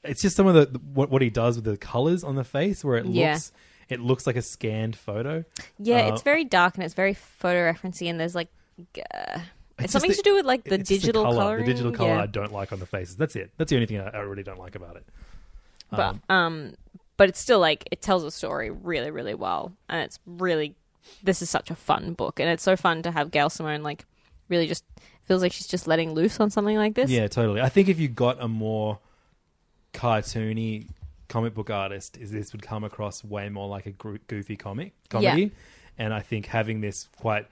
Speaker 5: it's just some of the what what he does with the colors on the face where it
Speaker 6: Yeah.
Speaker 5: looks it looks like a scanned photo.
Speaker 6: yeah,
Speaker 5: Uh,
Speaker 6: it's very dark and it's very photo referency, and there's like. Uh,
Speaker 5: just
Speaker 6: it's, something
Speaker 5: the-
Speaker 6: to do with like the
Speaker 5: it's just
Speaker 6: digital
Speaker 5: color,
Speaker 6: coloring.
Speaker 5: The digital color
Speaker 6: yeah.
Speaker 5: I don't like on the faces. That's it. That's the only thing I, I really don't like about it.
Speaker 6: but um but it's still like it tells a story really really well and it's really this is such a fun book and it's so fun to have gail simone like really just feels like she's just letting loose on something like this
Speaker 5: Yeah, totally. I think if you got a more cartoony comic book artist, is this would come across way more like a gro- goofy comic comedy. And I think having this quite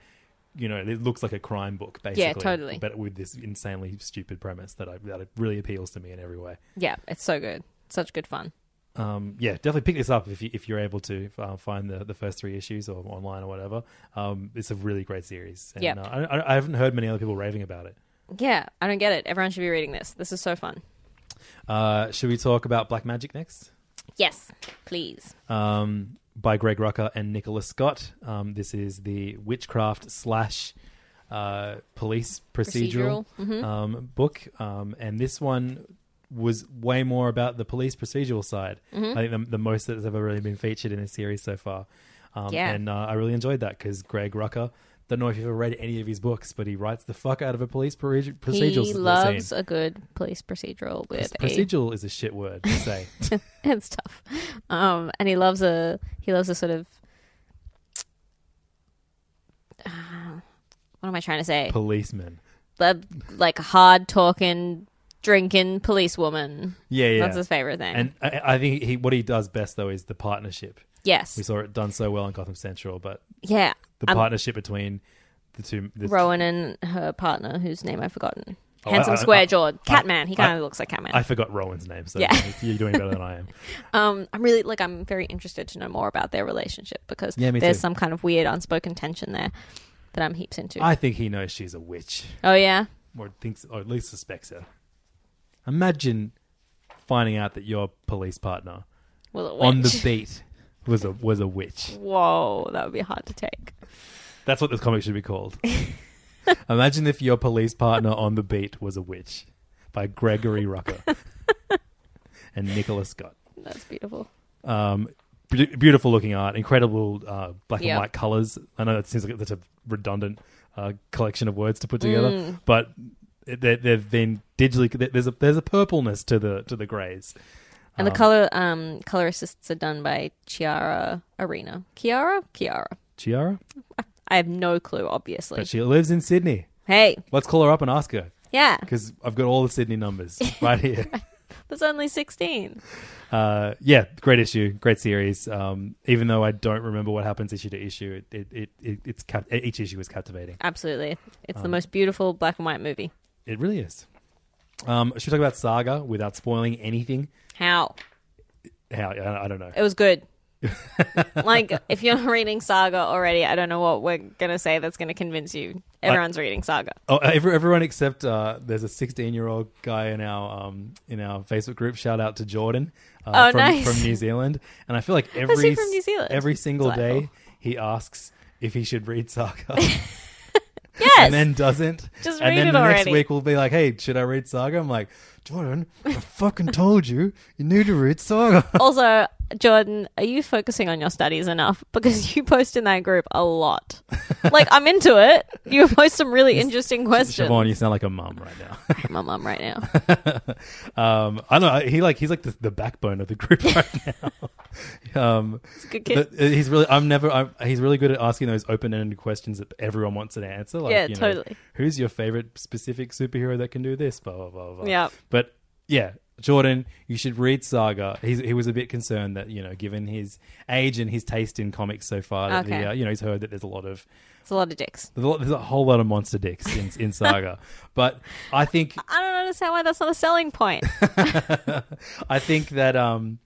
Speaker 5: you know, it looks like a crime book, basically.
Speaker 6: Yeah, totally.
Speaker 5: But with this insanely stupid premise that I, that it really appeals to me in every way.
Speaker 6: Yeah, it's so good. Such good fun.
Speaker 5: Um, yeah, definitely pick this up if you if you're able to uh, find the, the first three issues or online or whatever. Um, it's a really great series. And,
Speaker 6: Yep.
Speaker 5: uh, I- I, I haven't heard many other people raving about it.
Speaker 6: Yeah, I don't get it. Everyone should be reading this. This is so fun.
Speaker 5: Uh, should we talk about Black Magic next?
Speaker 6: Yes, please.
Speaker 5: um, by Greg Rucker and Nicholas Scott. Um, this is the witchcraft slash uh, police
Speaker 8: Procedural,
Speaker 5: procedural,
Speaker 6: mm-hmm.
Speaker 8: mhm.
Speaker 5: um, book, um, and this one was way more about the police procedural side.
Speaker 6: Mm-hmm.
Speaker 8: Mhm.
Speaker 5: I think the, the most that's ever really been featured in this series so far. Um,
Speaker 8: Yeah.
Speaker 5: And uh, I really enjoyed that because Greg Rucker. Don't know if you've ever read any of his books, but he writes the fuck out of a police proce- procedural.
Speaker 6: he
Speaker 5: s-
Speaker 6: loves
Speaker 5: scene.
Speaker 6: a good police procedural with a
Speaker 5: procedural is a shit word to say.
Speaker 6: it's tough. Um, and he loves a he loves a sort of uh, what am I trying to say?
Speaker 5: Policeman.
Speaker 6: The, like hard talking, drinking police woman.
Speaker 5: Yeah, yeah.
Speaker 6: That's his favorite thing.
Speaker 5: And I, I think he what he does best though is the partnership.
Speaker 6: Yes.
Speaker 5: we saw it done so well in Gotham Central, but
Speaker 6: Yeah,
Speaker 5: the
Speaker 6: I'm-
Speaker 5: partnership between the two. The
Speaker 6: Um, Rowan and her partner, whose name I've forgotten,
Speaker 5: Oh, I-
Speaker 6: handsome
Speaker 5: I-
Speaker 6: square
Speaker 5: I-
Speaker 6: jawed Catman. he
Speaker 5: I-
Speaker 6: kind of looks like Catman.
Speaker 5: I forgot Rowan's name, so
Speaker 6: Yeah.
Speaker 5: you're doing better than I am.
Speaker 6: Um, I'm really like I'm very interested to know more about their relationship because
Speaker 5: Yeah, me
Speaker 6: there's
Speaker 5: too.
Speaker 6: some kind of weird unspoken tension there that I'm heaps into.
Speaker 5: I think he knows she's a witch.
Speaker 6: Oh, yeah?
Speaker 5: or thinks, or at least suspects her. Imagine finding out that your police partner
Speaker 6: Was a
Speaker 5: on the
Speaker 6: witch.
Speaker 5: beat was a was a witch.
Speaker 6: Whoa, that would be hard to take.
Speaker 5: That's what this comic should be called. Imagine if your police partner on the beat was a witch by Gregory Rucker and Nicholas Scott.
Speaker 6: That's beautiful.
Speaker 5: Um, be- beautiful looking art, incredible uh, black
Speaker 6: Yeah.
Speaker 5: and white colors. I know that seems like such a redundant uh, collection of words to put together,
Speaker 8: Mm.
Speaker 5: but it- they- they've been digitally. There's a there's a purpleness to the to the grays,
Speaker 6: And the
Speaker 5: Um,
Speaker 6: color um color assists are done by Chiara Arena. Chiara? Chiara.
Speaker 5: Chiara,
Speaker 6: I have no clue, obviously.
Speaker 5: but she lives in Sydney.
Speaker 6: Hey.
Speaker 5: Let's call her up and ask her.
Speaker 6: Yeah.
Speaker 5: because I've got all the Sydney numbers right here.
Speaker 6: There's only sixteen.
Speaker 5: uh, yeah, great issue, great series. Um, even though I don't remember what happens issue to issue, it, it, it, it it's cap- each issue is captivating.
Speaker 6: Absolutely. It's the
Speaker 5: Um,
Speaker 6: most beautiful black and white movie.
Speaker 5: It really is. Um, should we talk about Saga without spoiling anything?
Speaker 6: How?
Speaker 5: How I, I don't know.
Speaker 6: It was good. like if you're not reading Saga already, I don't know what we're gonna say that's gonna convince you. Everyone's reading Saga.
Speaker 5: Oh, every, everyone except uh, there's a 16 year old guy in our um, in our Facebook group. Shout out to Jordan uh,
Speaker 6: Oh,
Speaker 5: from,
Speaker 6: nice.
Speaker 5: from New Zealand. And I feel like
Speaker 6: Is
Speaker 5: every
Speaker 6: he from New
Speaker 5: s-
Speaker 6: Zealand?
Speaker 5: every single day
Speaker 6: Delightful.
Speaker 5: he asks if he should read Saga.
Speaker 6: Yes.
Speaker 5: And then doesn't.
Speaker 6: Just
Speaker 5: and
Speaker 6: read
Speaker 5: then
Speaker 6: it
Speaker 5: the next
Speaker 6: already.
Speaker 5: week we'll be like, hey, should I read Saga? I'm like, Jordan, I fucking told you, you need to read Saga.
Speaker 6: also, Jordan, are you focusing on your studies enough? Because you post in that group a lot. Like I'm into it. You post some really interesting questions.
Speaker 5: Siobhan, you sound like a mum right now.
Speaker 6: I'm a mum right now.
Speaker 5: um, I don't know. He like he's like the, the backbone of the group right now. um,
Speaker 6: a good kid.
Speaker 5: but he's really. I'm never. I'm, he's really good at asking those open-ended questions that everyone wants an answer. Like,
Speaker 6: Yeah,
Speaker 5: you know,
Speaker 6: totally.
Speaker 5: Who's your favorite specific superhero that can do this? Blah blah blah blah.
Speaker 6: Yeah.
Speaker 5: But yeah, Jordan, you should read Saga. He's, he was a bit concerned that you know, given his age and his taste in comics so far, that
Speaker 6: Okay.
Speaker 5: the, uh, you know, he's heard that there's a lot of
Speaker 6: It's a lot of dicks.
Speaker 5: there's a lot- there's a whole lot of monster dicks in, in Saga. but I think
Speaker 6: I don't understand why that's not a selling point.
Speaker 5: I think that um,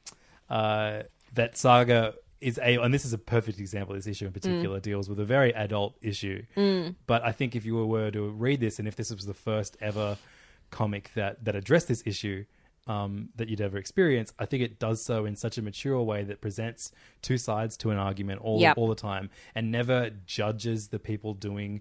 Speaker 5: uh, that saga is a, and this is a perfect example. This issue in particular deals with a very adult issue.
Speaker 8: Mm.
Speaker 5: But I think if you were to read this, and if this was the first ever comic that that addressed this issue. Um, that you'd ever experience, I think it does so in such a mature way that presents two sides to an argument all
Speaker 8: Yep.
Speaker 5: all the time, and never judges the people doing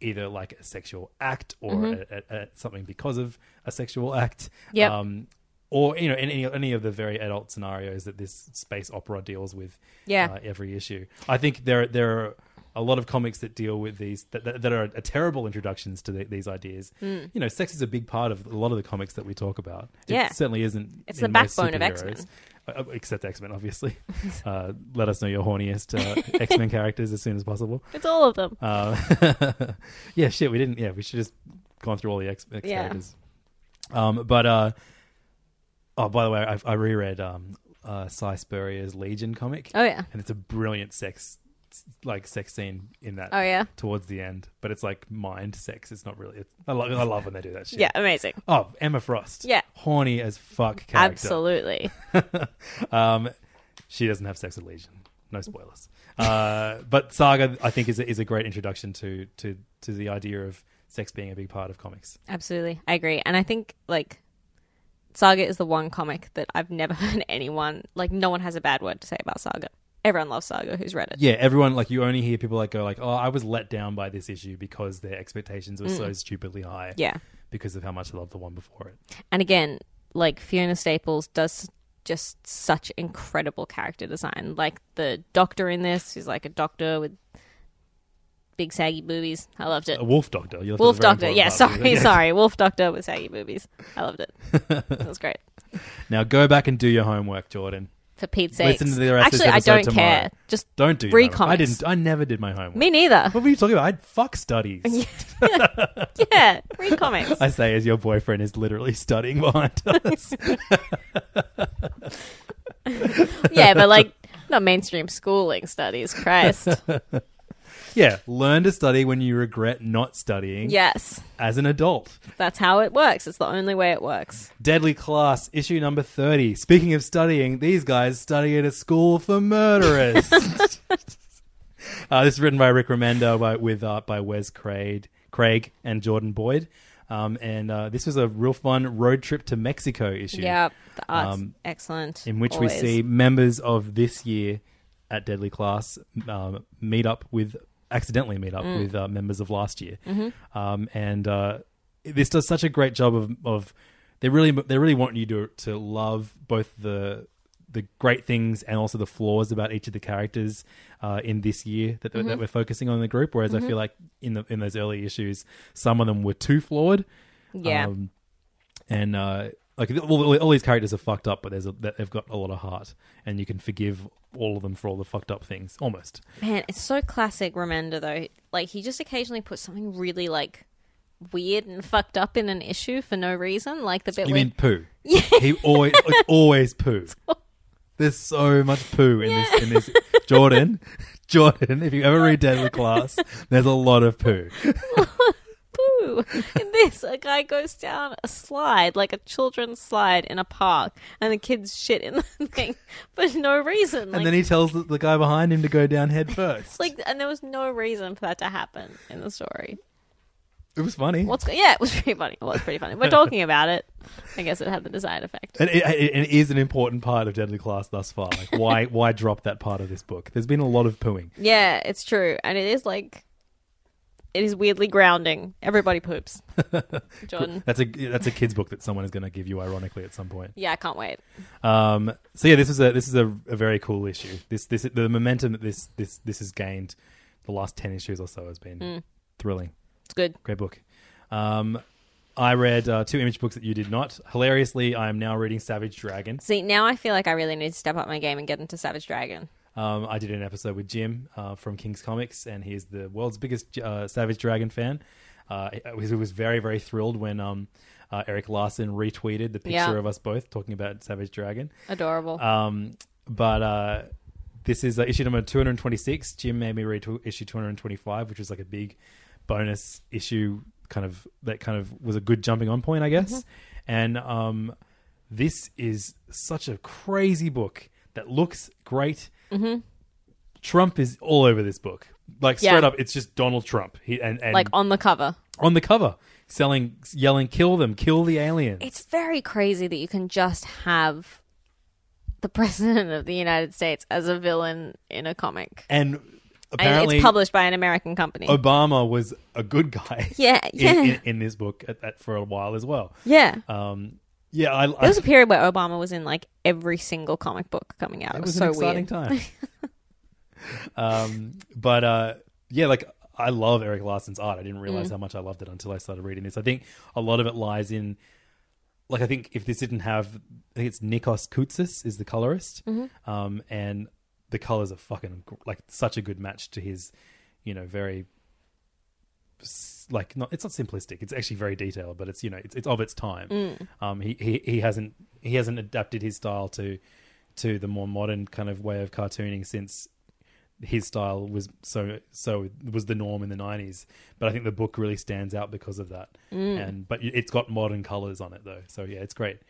Speaker 5: either like a sexual act or
Speaker 8: Mhm.
Speaker 5: a, a, a, something because of a sexual act.
Speaker 8: Yep.
Speaker 5: Um, or you know, in any any of the very adult scenarios that this space opera deals with.
Speaker 8: Yeah.
Speaker 5: Uh, every issue, I think there there are a lot of comics that deal with these that that, that are a terrible introductions to the, these ideas.
Speaker 6: Mm.
Speaker 5: You know, sex is a big part of a lot of the comics that we talk about.
Speaker 6: Yeah.
Speaker 5: It certainly isn't.
Speaker 6: It's the
Speaker 5: in most
Speaker 6: backbone of
Speaker 5: superheroes.
Speaker 6: X-Men.
Speaker 5: Uh, except X Men, obviously. uh, let us know your horniest uh, X Men characters as soon as possible.
Speaker 6: It's all of them.
Speaker 5: Uh, yeah, shit, we didn't. Yeah, we should just gone through all the X, X
Speaker 6: Yeah.
Speaker 5: characters. Um, but uh, oh, by the way, I, I reread um, uh, Cy Spurrier's Legion comic.
Speaker 6: Oh, yeah.
Speaker 5: and it's a brilliant sex s- like sex scene in that.
Speaker 6: Oh, yeah?
Speaker 5: towards the end, but it's like mind sex. It's not really. It's, I love. I love when they do that shit.
Speaker 6: Yeah, amazing.
Speaker 5: Oh, Emma Frost.
Speaker 6: Yeah.
Speaker 5: horny as fuck. Character.
Speaker 6: Absolutely.
Speaker 5: um, she doesn't have sex with Legion. No spoilers. Uh, but Saga, I think, is a, is a great introduction to to to the idea of sex being a big part of comics.
Speaker 6: Absolutely. I agree. And I think like Saga is the one comic that I've never heard anyone like no one has a bad word to say about Saga. Everyone loves Saga who's read it.
Speaker 5: Yeah, everyone like you only hear people like go like, "Oh, I was let down by this issue because their expectations were so
Speaker 6: Mm.
Speaker 5: stupidly high."
Speaker 6: Yeah.
Speaker 5: because of how much I loved the one before it.
Speaker 6: And again, like Fiona Staples does just such incredible character design. Like the doctor in this who's like a doctor with big saggy boobies. I loved it.
Speaker 5: A wolf doctor. You left
Speaker 6: Wolf
Speaker 5: out a
Speaker 6: doctor.
Speaker 5: very
Speaker 6: Yeah,
Speaker 5: important part.
Speaker 6: sorry,
Speaker 5: Yes.
Speaker 6: sorry. Wolf doctor with saggy boobies. I loved it. That was great.
Speaker 5: Now go back and do your homework, Jordan.
Speaker 6: For Pete's sake.
Speaker 5: Listen to the rest
Speaker 6: Actually,
Speaker 5: of this
Speaker 6: I
Speaker 5: episode
Speaker 6: don't
Speaker 5: tomorrow.
Speaker 6: care. Just
Speaker 5: don't do your
Speaker 6: read
Speaker 5: homework. I
Speaker 6: comics.
Speaker 5: didn't. I never did my homework.
Speaker 6: Me neither.
Speaker 5: What were you talking about? I fuck studies.
Speaker 6: yeah, read comics.
Speaker 5: I say as your boyfriend is literally studying behind us.
Speaker 6: yeah, but like not mainstream schooling studies, Christ.
Speaker 5: yeah, learn to study when you regret not studying.
Speaker 6: Yes.
Speaker 5: As an adult.
Speaker 6: That's how it works. It's the only way it works.
Speaker 5: Deadly Class, issue number 30. Speaking of studying, these guys study at a school for murderers. uh, this is written by Rick Remender by, with art by Wes Craig, Craig and Jordan Boyd. Um, and uh, this was a real fun road trip to Mexico issue.
Speaker 6: Yeah, the art's
Speaker 5: Um,
Speaker 6: excellent.
Speaker 5: In which we
Speaker 6: always.
Speaker 5: see members of this year at Deadly Class um, meet up with, accidentally meet up
Speaker 6: Mm.
Speaker 5: with uh, members of last year.
Speaker 6: Mhm.
Speaker 5: Um, and uh, this does such a great job of, of they really they really want you to to love both the the great things and also the flaws about each of the characters uh, in this year that,
Speaker 8: Mhm.
Speaker 6: Mm-hmm.
Speaker 5: that we're focusing on in the group. Whereas
Speaker 8: Mhm.
Speaker 5: I feel like in the in those early issues, some of them were too flawed.
Speaker 8: Yeah.
Speaker 5: Um, and uh, like all, all- all these characters are fucked up, but there's a, they've got a lot of heart, and you can forgive all of them for all the fucked up things, almost.
Speaker 6: Man, it's so classic Remender though. Like he just occasionally puts something really like weird and fucked up in an issue for no reason. Like the bit
Speaker 5: You
Speaker 6: where
Speaker 5: mean poo? Yeah. He always it's always poo. There's so much poo in this in this Jordan. Jordan, if you ever read Deadly Class, there's a lot of poo.
Speaker 6: poo. In this, a guy goes down a slide, like a children's slide in a park, and the kids shit in the thing for no reason. Like,
Speaker 5: and then he tells the, the guy behind him to go down head first.
Speaker 6: it's like, and there was no reason for that to happen in the story.
Speaker 5: It was funny.
Speaker 6: What's go- yeah, it was pretty funny. It was pretty funny. We're talking about it. I guess it had the desired effect.
Speaker 5: And it, it, it is an important part of Deadly Class thus far. Like why why drop that part of this book? There's been a lot of pooing.
Speaker 6: Yeah, it's true, and it is like it is weirdly grounding. Everybody poops. Jordan.
Speaker 5: That's a that's a kids book that someone is going to give you ironically at some point.
Speaker 6: Yeah, I can't wait.
Speaker 5: Um, so yeah, this is a this is a, a very cool issue. This this the momentum that this this this has gained the last ten issues or so has been
Speaker 6: Mm.
Speaker 5: thrilling.
Speaker 6: It's good.
Speaker 5: Great book. Um, I read uh, two image books that you did not. Hilariously, I am now reading Savage Dragon.
Speaker 6: See, now I feel like I really need to step up my game and get into Savage Dragon.
Speaker 5: Um, I did an episode with Jim uh, from King's Comics, and he is the world's biggest uh, Savage Dragon fan. Uh, he he was very, very thrilled when um, uh, Eric Larson retweeted the picture
Speaker 6: Yeah.
Speaker 5: of us both talking about Savage Dragon.
Speaker 6: Adorable.
Speaker 5: Um, but uh, this is uh, issue number 226. Jim made me read to issue 225, which was like a big bonus issue, kind of that kind of was a good jumping on point, I guess.
Speaker 6: Mm-hmm.
Speaker 8: Mhm.
Speaker 5: And um, this is such a crazy book that looks great.
Speaker 6: Mm-hmm.
Speaker 5: Trump is all over this book. Like
Speaker 6: Yeah.
Speaker 5: straight up, it's just Donald Trump. He and, and
Speaker 6: like on the cover.
Speaker 5: on the cover, selling, yelling, "Kill them! Kill the aliens!"
Speaker 6: It's very crazy that you can just have the president of the United States as a villain in a comic.
Speaker 5: And
Speaker 6: And
Speaker 5: apparently,
Speaker 6: it's published by an American company.
Speaker 5: Obama was a good guy.
Speaker 6: Yeah,
Speaker 5: in-
Speaker 6: yeah.
Speaker 5: In, in, this book at, at, for a while as well.
Speaker 6: Yeah.
Speaker 5: Um. Yeah. I, I,
Speaker 6: there was a period where Obama was in like every single comic book coming out. It,
Speaker 5: It
Speaker 6: was,
Speaker 5: was an
Speaker 6: so
Speaker 5: exciting
Speaker 6: weird.
Speaker 5: time. um, but uh, yeah, like I love Eric Larson's art. I didn't realize
Speaker 8: Mm.
Speaker 5: how much I loved it until I started reading this. I think a lot of it lies in, like, I think if this didn't have, I think it's Nikos Koutsis is the colorist,
Speaker 8: Mhm.
Speaker 6: Mm-hmm.
Speaker 5: um, and the colors are fucking gr- like such a good match to his, you know, very. s- Like not, it's not simplistic. It's actually very detailed, but it's you know it's, it's of its time.
Speaker 8: Mm.
Speaker 5: Um, he, he he hasn't he hasn't adapted his style to to the more modern kind of way of cartooning since his style was so so was the norm in the 90s but i think the book really stands out because of that
Speaker 8: Mm.
Speaker 5: and but it's got modern colors on it though so yeah it's great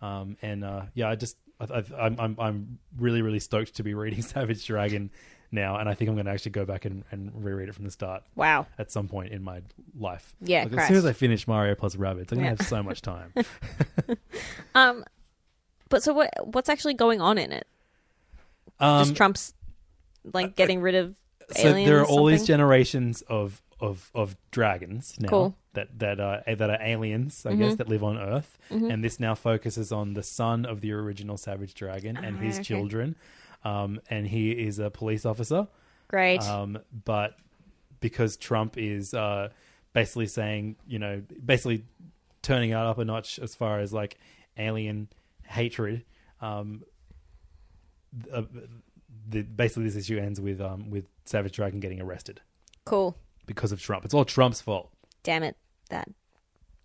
Speaker 5: um, and uh, yeah i just I, I, I'm, I'm i'm really really stoked to be reading savage dragon now and i think i'm going to actually go back and, and reread it from the start
Speaker 6: Wow.
Speaker 5: at some point in my life
Speaker 6: Yeah,
Speaker 5: like, as
Speaker 6: Christ.
Speaker 5: soon as i finish mario plus rabbits i'm
Speaker 6: Yeah.
Speaker 5: going to have so much time
Speaker 6: Um, but so what? What's actually going on in it?
Speaker 5: Um, uh,
Speaker 6: Just Trump's like getting rid of
Speaker 5: so
Speaker 6: aliens.
Speaker 5: there are all these
Speaker 6: something?
Speaker 5: generations of of of dragons now
Speaker 6: Cool.
Speaker 5: that that are eh, that are aliens, I guess,
Speaker 6: Mhm.
Speaker 5: that live on Earth,
Speaker 6: Mhm.
Speaker 5: and this now focuses on the son of the original savage dragon and
Speaker 6: Ah,
Speaker 5: his
Speaker 6: okay.
Speaker 5: children, um, and he is a police officer.
Speaker 6: Great.
Speaker 5: Um, but because Trump is uh, basically saying, you know, basically turning it up a notch as far as like alien hatred. Um, th- uh, the, basically, this issue ends with um, with Savage Dragon getting arrested
Speaker 6: Cool.
Speaker 5: because of Trump. It's all Trump's fault.
Speaker 6: Damn it, that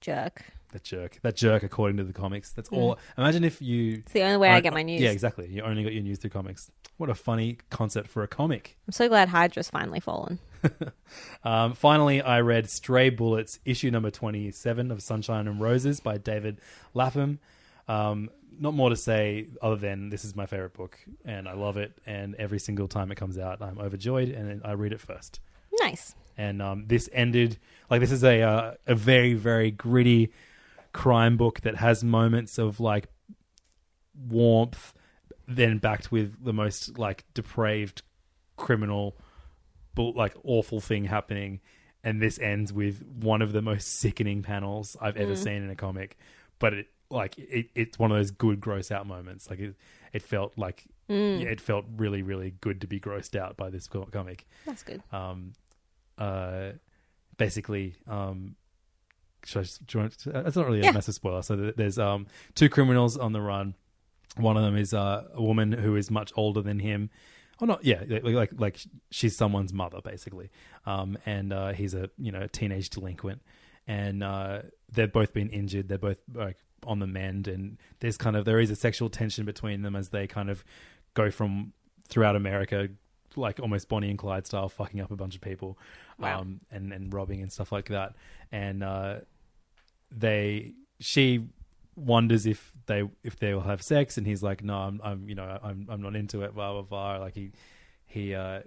Speaker 6: jerk.
Speaker 5: That jerk. That jerk, according to the comics. That's all. Imagine if you. It's
Speaker 6: Mm. the only way I get my news.
Speaker 5: Yeah, exactly. You only got your news through comics. What a funny concept for a comic.
Speaker 6: I'm so glad Hydra's finally fallen.
Speaker 5: Um, finally, I read Stray Bullets, issue number 27 of Sunshine and Roses by David Lapham. Um, not more to say other than this is my favorite book and I love it. And every single time it comes out, I'm overjoyed and I read it first.
Speaker 6: Nice.
Speaker 5: And um, this ended like this is a uh, a very very gritty crime book that has moments of like warmth, then backed with the most like depraved criminal, bull like awful thing happening, and this ends with one of the most sickening panels I've ever
Speaker 8: Mm.
Speaker 5: seen in a comic. But it like it, it's one of those good gross out moments. Like it, it felt like
Speaker 8: Mm.
Speaker 5: yeah, it felt really really good to be grossed out by this co- comic.
Speaker 6: That's good.
Speaker 5: Um, uh, basically, um, should I, s- do you want, that's not really
Speaker 8: Yeah.
Speaker 5: a massive spoiler. So th- there's um two criminals on the run. One of them is uh, a woman who is much older than him. Oh not yeah, like like, like she's someone's mother basically. Um, and uh, he's a you know teenage delinquent, and uh, they've both been injured. They're both like on the mend, and there's kind of there is a sexual tension between them as they kind of go from throughout America, like almost Bonnie and Clyde style, fucking up a bunch of people, um, and and robbing and stuff like that. And uh, they, she wonders if they if they will have sex, and he's like, no, I'm, I'm you know, I'm I'm not into it, blah blah blah. Like he he, uh,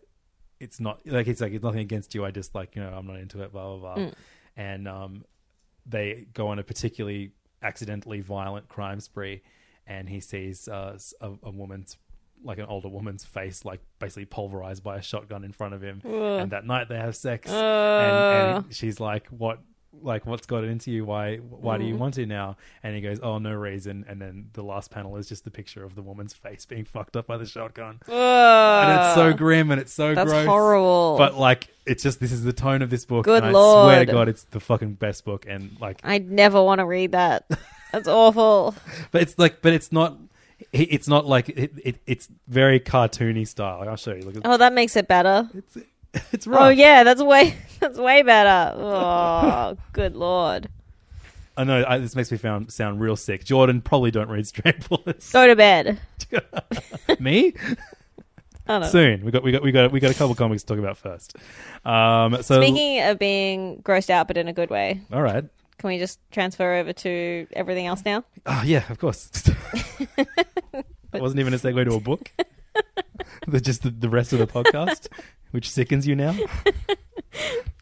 Speaker 5: it's not like it's like it's nothing against you. I just like you know, I'm not into it, blah blah blah.
Speaker 8: Mm.
Speaker 5: And um, they go on a particularly accidentally violent crime spree, and he sees uh, s- a, a woman's, like an older woman's face, like basically pulverized by a shotgun in front of him.
Speaker 8: Ugh.
Speaker 5: And that night they have sex, and,
Speaker 8: Ugh.
Speaker 5: and she's like, "What? Like, what's got into you? Why? Why do you
Speaker 8: Mm.
Speaker 5: want to now?" And he goes, "Oh, no reason." And then the last panel is just the picture of the woman's face being fucked up by the shotgun, and it's so
Speaker 8: Ugh.
Speaker 5: grim and it's so
Speaker 8: That's
Speaker 5: gross,
Speaker 8: horrible.
Speaker 5: But like, it's just this is the tone of this book.
Speaker 6: Good
Speaker 5: and I swear
Speaker 6: lord. Ah.
Speaker 5: to God, it's the fucking best book. And like,
Speaker 6: I'd never want to read that. That's awful.
Speaker 5: but it's like, but it's not. it- It's not like it, it, it's very cartoony style. Like, I'll show you. Look, at
Speaker 6: Oh, that makes it better. It's,
Speaker 5: it's
Speaker 6: Oh
Speaker 5: rough.
Speaker 6: yeah, that's way that's way better. Oh, good lord.
Speaker 5: I know I, this makes me found, sound real sick. Jordan probably don't read Stray Bullets.
Speaker 6: Go to bed.
Speaker 5: Me?
Speaker 6: I don't know.
Speaker 5: Soon we got we got we got we got a couple comics to talk about first. Um, so
Speaker 6: Speaking of being grossed out, but in a good way,
Speaker 5: all right,
Speaker 6: can we just transfer over to everything else now?
Speaker 5: oh yeah, of course. that wasn't even a segue to a book. The- just the, the rest of the podcast, which sickens you now.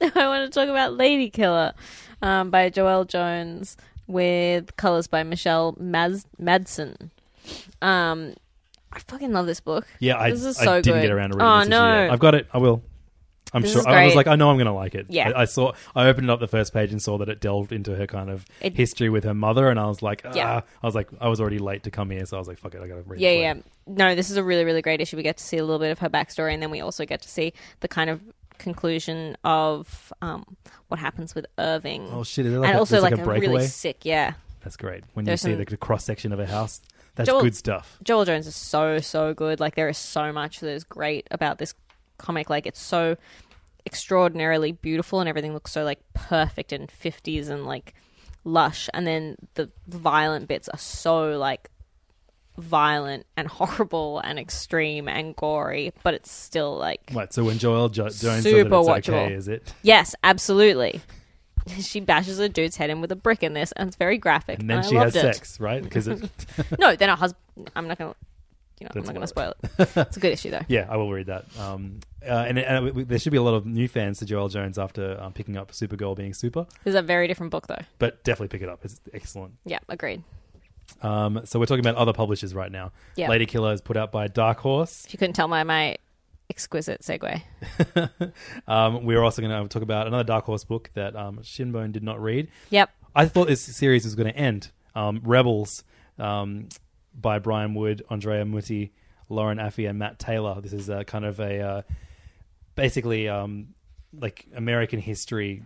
Speaker 6: I want to talk about Lady Killer um, by Joelle Jones with colors by Michelle Maz- Madsen. Um, I fucking love this book.
Speaker 5: Yeah, I,
Speaker 6: this is
Speaker 5: I
Speaker 6: so
Speaker 5: didn't
Speaker 6: good.
Speaker 5: get around to reading
Speaker 6: oh,
Speaker 5: this issue
Speaker 6: no.
Speaker 5: yet. I've got it. I will. I'm
Speaker 6: This
Speaker 5: sure.
Speaker 6: is
Speaker 5: I was
Speaker 6: great.
Speaker 5: like, I know I'm going to like it.
Speaker 6: Yeah.
Speaker 5: I, I saw. I opened up the first page and saw that it delved into her kind of
Speaker 6: It-
Speaker 5: history with her mother, and I was like, ah.
Speaker 6: Yeah.
Speaker 5: I was like, I was already late to come here, so I was like, fuck it, I got to read.
Speaker 6: yeah,
Speaker 5: it
Speaker 6: yeah. No, this is a really, really great issue. We get to see a little bit of her backstory, and then we also get to see the kind of conclusion of um, what happens with Irving.
Speaker 5: Oh, shit, is it
Speaker 6: and
Speaker 5: like a-
Speaker 6: also
Speaker 5: it's like a breakaway?
Speaker 6: really sick. Yeah,
Speaker 5: That's great. When
Speaker 6: There's
Speaker 5: you see
Speaker 6: some-
Speaker 5: the cross section of a house, that's
Speaker 6: Joel-
Speaker 5: good stuff.
Speaker 6: Joel Jones is so so good. Like there is so much that is great about this comic. Like it's so extraordinarily beautiful, and everything looks so like perfect and fifties and like lush. And then the violent bits are so like violent and horrible and extreme and gory, but it's still like
Speaker 5: What? So when Joel jo- Jones says that
Speaker 6: super
Speaker 5: it's
Speaker 6: watchable.
Speaker 5: okay, is it?
Speaker 6: Yes, absolutely. she bashes a dude's head in with a brick in this, and it's very graphic.
Speaker 5: And then
Speaker 6: I
Speaker 5: she has
Speaker 6: loved it.
Speaker 5: sex, right? 'Cause it-
Speaker 6: no, then her husband. I'm not gonna. You know, I'm
Speaker 5: That's
Speaker 6: not gonna
Speaker 5: all
Speaker 6: spoil it. It's a good issue though.
Speaker 5: Yeah, I will read that. Um, uh, and and we- we- there should be a lot of new fans to Joel Jones after um, picking up Supergirl being super,
Speaker 6: This is a very different book though.
Speaker 5: but definitely pick it up. It's excellent.
Speaker 6: Yeah, agreed.
Speaker 5: Um, so we're talking about other publishers right now.
Speaker 6: Yeah.
Speaker 5: Lady Killer is put out by Dark Horse.
Speaker 6: If you couldn't tell by my exquisite segue.
Speaker 5: Um, we're also going to talk about another Dark Horse book that um, Shinbone did not read.
Speaker 6: Yep.
Speaker 5: I thought this series was going to end. Um, Rebels um, by Brian Wood, Andrea Muti, Lauren Affey, and Matt Taylor. This is a kind of a uh, basically um, like American history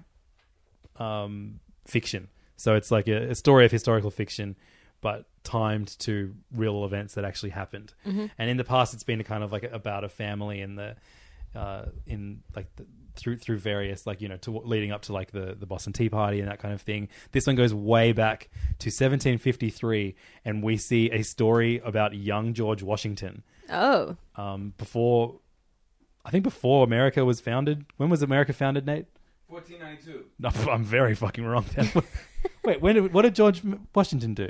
Speaker 5: um, fiction. So it's like a, a story of historical fiction, but timed to real events that actually happened.
Speaker 8: Mhm.
Speaker 5: And in the past, it's been a kind of like about a family and the uh, in like the, through through various like you know to, leading up to like the the Boston Tea Party and that kind of thing. This one goes way back to 1753, and we see a story about young George Washington
Speaker 6: Oh,
Speaker 5: um, before. I think before America was founded. When was America founded, Nate?
Speaker 7: 1492.
Speaker 5: No, I'm very fucking wrong. Then. Wait, when did, what did George Washington do?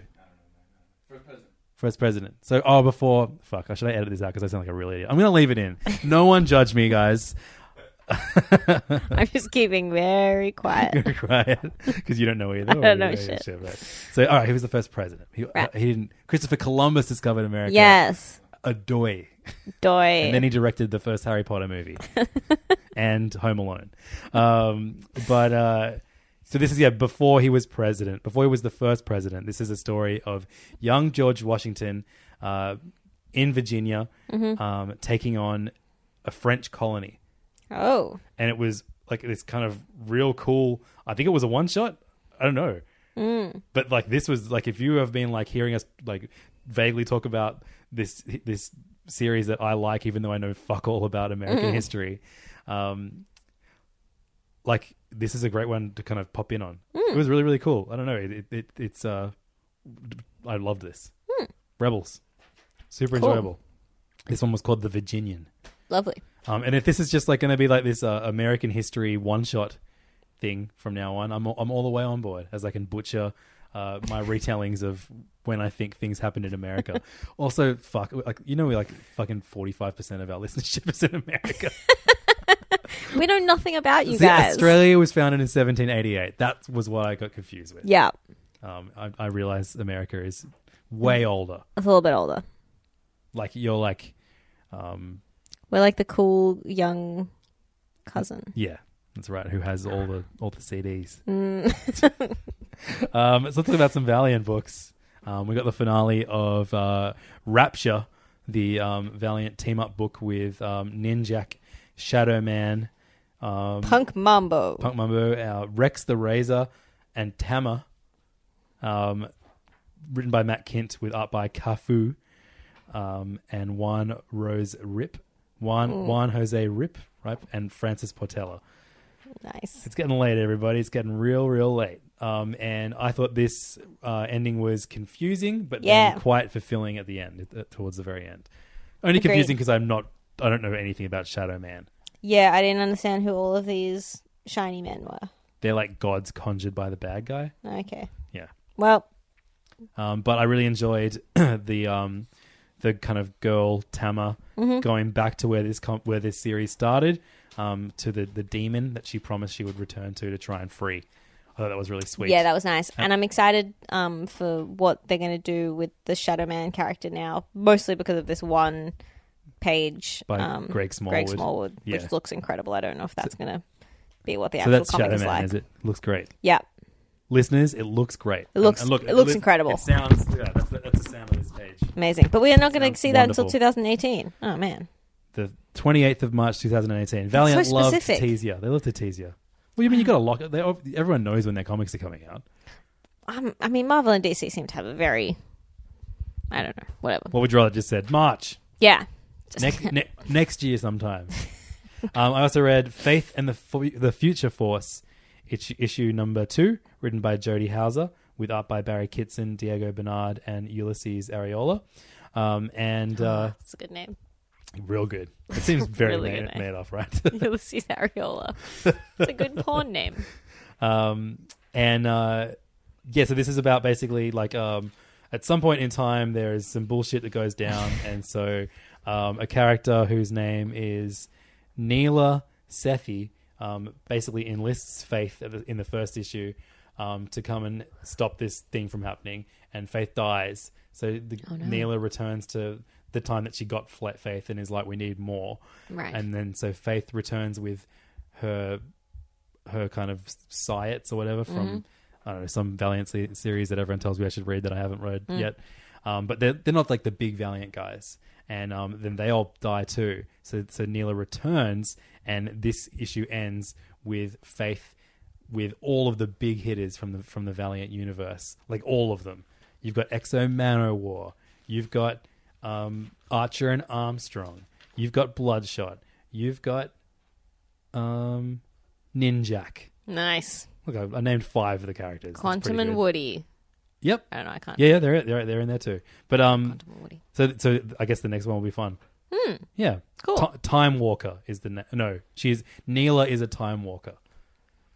Speaker 7: First president.
Speaker 5: First president. So, oh, before fuck, I should I edit this out because I sound like a real idiot. I'm gonna leave it in. No one judge me, guys.
Speaker 6: I'm just keeping very quiet.
Speaker 5: You're quiet because you don't know either. Oh,
Speaker 6: I don't know
Speaker 5: Yeah,
Speaker 6: shit.
Speaker 5: right. So, all right, he was the first president. He, uh,
Speaker 6: Right.
Speaker 5: he didn't. Christopher Columbus discovered America.
Speaker 6: Yes.
Speaker 5: Adoy.
Speaker 6: Doy.
Speaker 5: And then he directed the first Harry Potter movie and Home Alone. Um, but uh, so this is, yeah, before he was president, before he was the first president, this is a story of young George Washington uh, in Virginia
Speaker 6: Mhm.
Speaker 5: um, taking on a French colony.
Speaker 6: Oh.
Speaker 5: And it was like this kind of real cool, I think it was a one shot. I don't know.
Speaker 6: Mm.
Speaker 5: But like this was like if you have been like hearing us like vaguely talk about this this series that I like, even though I know fuck all about American
Speaker 8: Mhm.
Speaker 5: history, um, like this is a great one to kind of pop in on.
Speaker 8: Mm.
Speaker 5: It was really really cool. I don't know. It, it, it it's uh, I love this. Rebels, super
Speaker 8: Hmm. Cool.
Speaker 5: enjoyable. This one was called The Virginian.
Speaker 6: Lovely.
Speaker 5: Um, and if this is just like going to be like this uh, American history one shot thing from now on, I'm I'm all the way on board as I can butcher uh, my retellings of when I think things happened in America. also, fuck, like you know, we like fucking forty five percent of our listenership is in America.
Speaker 6: We know nothing about you
Speaker 5: See,
Speaker 6: guys.
Speaker 5: Australia was founded in 1788. That was what I got confused with.
Speaker 6: Yeah.
Speaker 5: Um, I, I realize America is way older.
Speaker 6: It's a little bit older.
Speaker 5: Like you're like, um,
Speaker 6: We're like the cool young cousin.
Speaker 5: Yeah, that's right. Who has all the all the CDs?
Speaker 6: Mm.
Speaker 5: um, so let's talk about some Valiant books. Um, we got the finale of uh, Rapture, the um, Valiant team up book with um, Ninjak, Shadow Man, um,
Speaker 6: Punk Mambo.
Speaker 5: Punk Mambo, uh, Rex the Razor, and Tama. Um, written by Matt Kent with art by Kafu, um, and Juan Rose Rip, Juan
Speaker 8: Mm.
Speaker 5: Juan Jose Rip, right, and Francis Portella.
Speaker 6: Nice.
Speaker 5: It's getting late, everybody. It's getting real, real late. Um, and I thought this uh, ending was confusing, but
Speaker 8: Yeah.
Speaker 5: then quite fulfilling at the end, uh, towards the very end. Only
Speaker 6: Agreed.
Speaker 5: confusing because I'm not, I don't know anything about Shadow Man.
Speaker 6: Yeah, I didn't understand who all of these shiny men were.
Speaker 5: They're like gods conjured by the bad guy.
Speaker 6: Okay.
Speaker 5: Yeah.
Speaker 6: Well,
Speaker 5: Um, but I really enjoyed the um, the kind of girl Tama
Speaker 6: Mm-hmm.
Speaker 8: Mhm.
Speaker 5: going back to where this com- where this series started, um, to the the demon that she promised she would return to to try and free. I thought that was really sweet.
Speaker 6: yeah, that was nice. And I'm excited um, for what they're going to do with the Shadow Man character now, mostly because of this one page
Speaker 5: By
Speaker 6: um,
Speaker 5: Greg Smallwood.
Speaker 6: Smallwood,
Speaker 5: Yeah.
Speaker 6: which looks incredible. I don't know if that's going to be what the
Speaker 5: so
Speaker 6: actual
Speaker 5: that's
Speaker 6: comic
Speaker 5: Shadow
Speaker 6: is
Speaker 5: Man,
Speaker 6: like.
Speaker 5: is it? Looks great.
Speaker 6: Yeah.
Speaker 5: Listeners, it looks great.
Speaker 6: It looks- it looks
Speaker 5: lis-
Speaker 6: incredible.
Speaker 5: It sounds yeah, that's the, that's the sound of this page.
Speaker 6: Amazing. But we are not going to
Speaker 5: Sounds
Speaker 6: see that until
Speaker 5: wonderful.
Speaker 6: 2018. Oh, man.
Speaker 5: The twenty eighth of March two thousand and eighteen. Valiant
Speaker 6: so
Speaker 5: loved
Speaker 6: specific.
Speaker 5: Teasia. They love to tease you. Well, you mean you got to lock it? They, everyone knows when their comics are coming out.
Speaker 6: Um, I mean, Marvel and DC seem to have a very. I don't know. Whatever.
Speaker 5: What would you rather just said? March.
Speaker 6: Yeah.
Speaker 5: Next ne- next year sometime. um, I also read Faith and the Fu- the Future Force, issue, issue number two, written by Jody Hauser, with art by Barry Kitson, Diego Bernard, and Ulysses Areola. Um, and uh,
Speaker 6: That's a good name.
Speaker 5: real good. It seems very
Speaker 6: Really
Speaker 5: made,
Speaker 6: good eh? name.
Speaker 5: made off, right?
Speaker 6: Ulysses Areola. It's a good porn name.
Speaker 5: um, and uh, yeah, so this is about basically like um, at some point in time there is some bullshit that goes down, and so um, a character whose name is Neela Sethi um, basically enlists Faith at the, in the first issue um, to come and stop this thing from happening, and Faith dies. So the,
Speaker 6: Oh, no.
Speaker 5: Neela returns to the time that she got Flat Faith and is like, "We need more."
Speaker 6: Right.
Speaker 5: And then so Faith returns with her her kind of science or whatever from
Speaker 6: Mhm.
Speaker 5: I don't know some Valiant se- series that everyone tells me I should read that I haven't read
Speaker 6: Mm.
Speaker 5: yet. Um, but they're they're not like the big Valiant guys, and um, then they all die too. So so Neela returns, and this issue ends with Faith with all of the big hitters from the from the Valiant universe, like all of them. You've got Exo Manowar, you've got um, Archer and Armstrong, you've got Bloodshot, you've got um, Ninjak.
Speaker 6: Nice.
Speaker 5: Look, I, I named five of the characters. That's
Speaker 6: Quantum
Speaker 5: pretty
Speaker 6: and
Speaker 5: good.
Speaker 6: Woody.
Speaker 5: Yep.
Speaker 6: I don't know. I can't.
Speaker 5: Yeah, yeah, they're they're they're in there too. But um,
Speaker 6: Woody.
Speaker 5: so so I guess the next one will be fun.
Speaker 6: Hmm.
Speaker 5: Yeah,
Speaker 6: Cool.
Speaker 5: Ti- time Walker is the na- no. She's Neela is a Time Walker.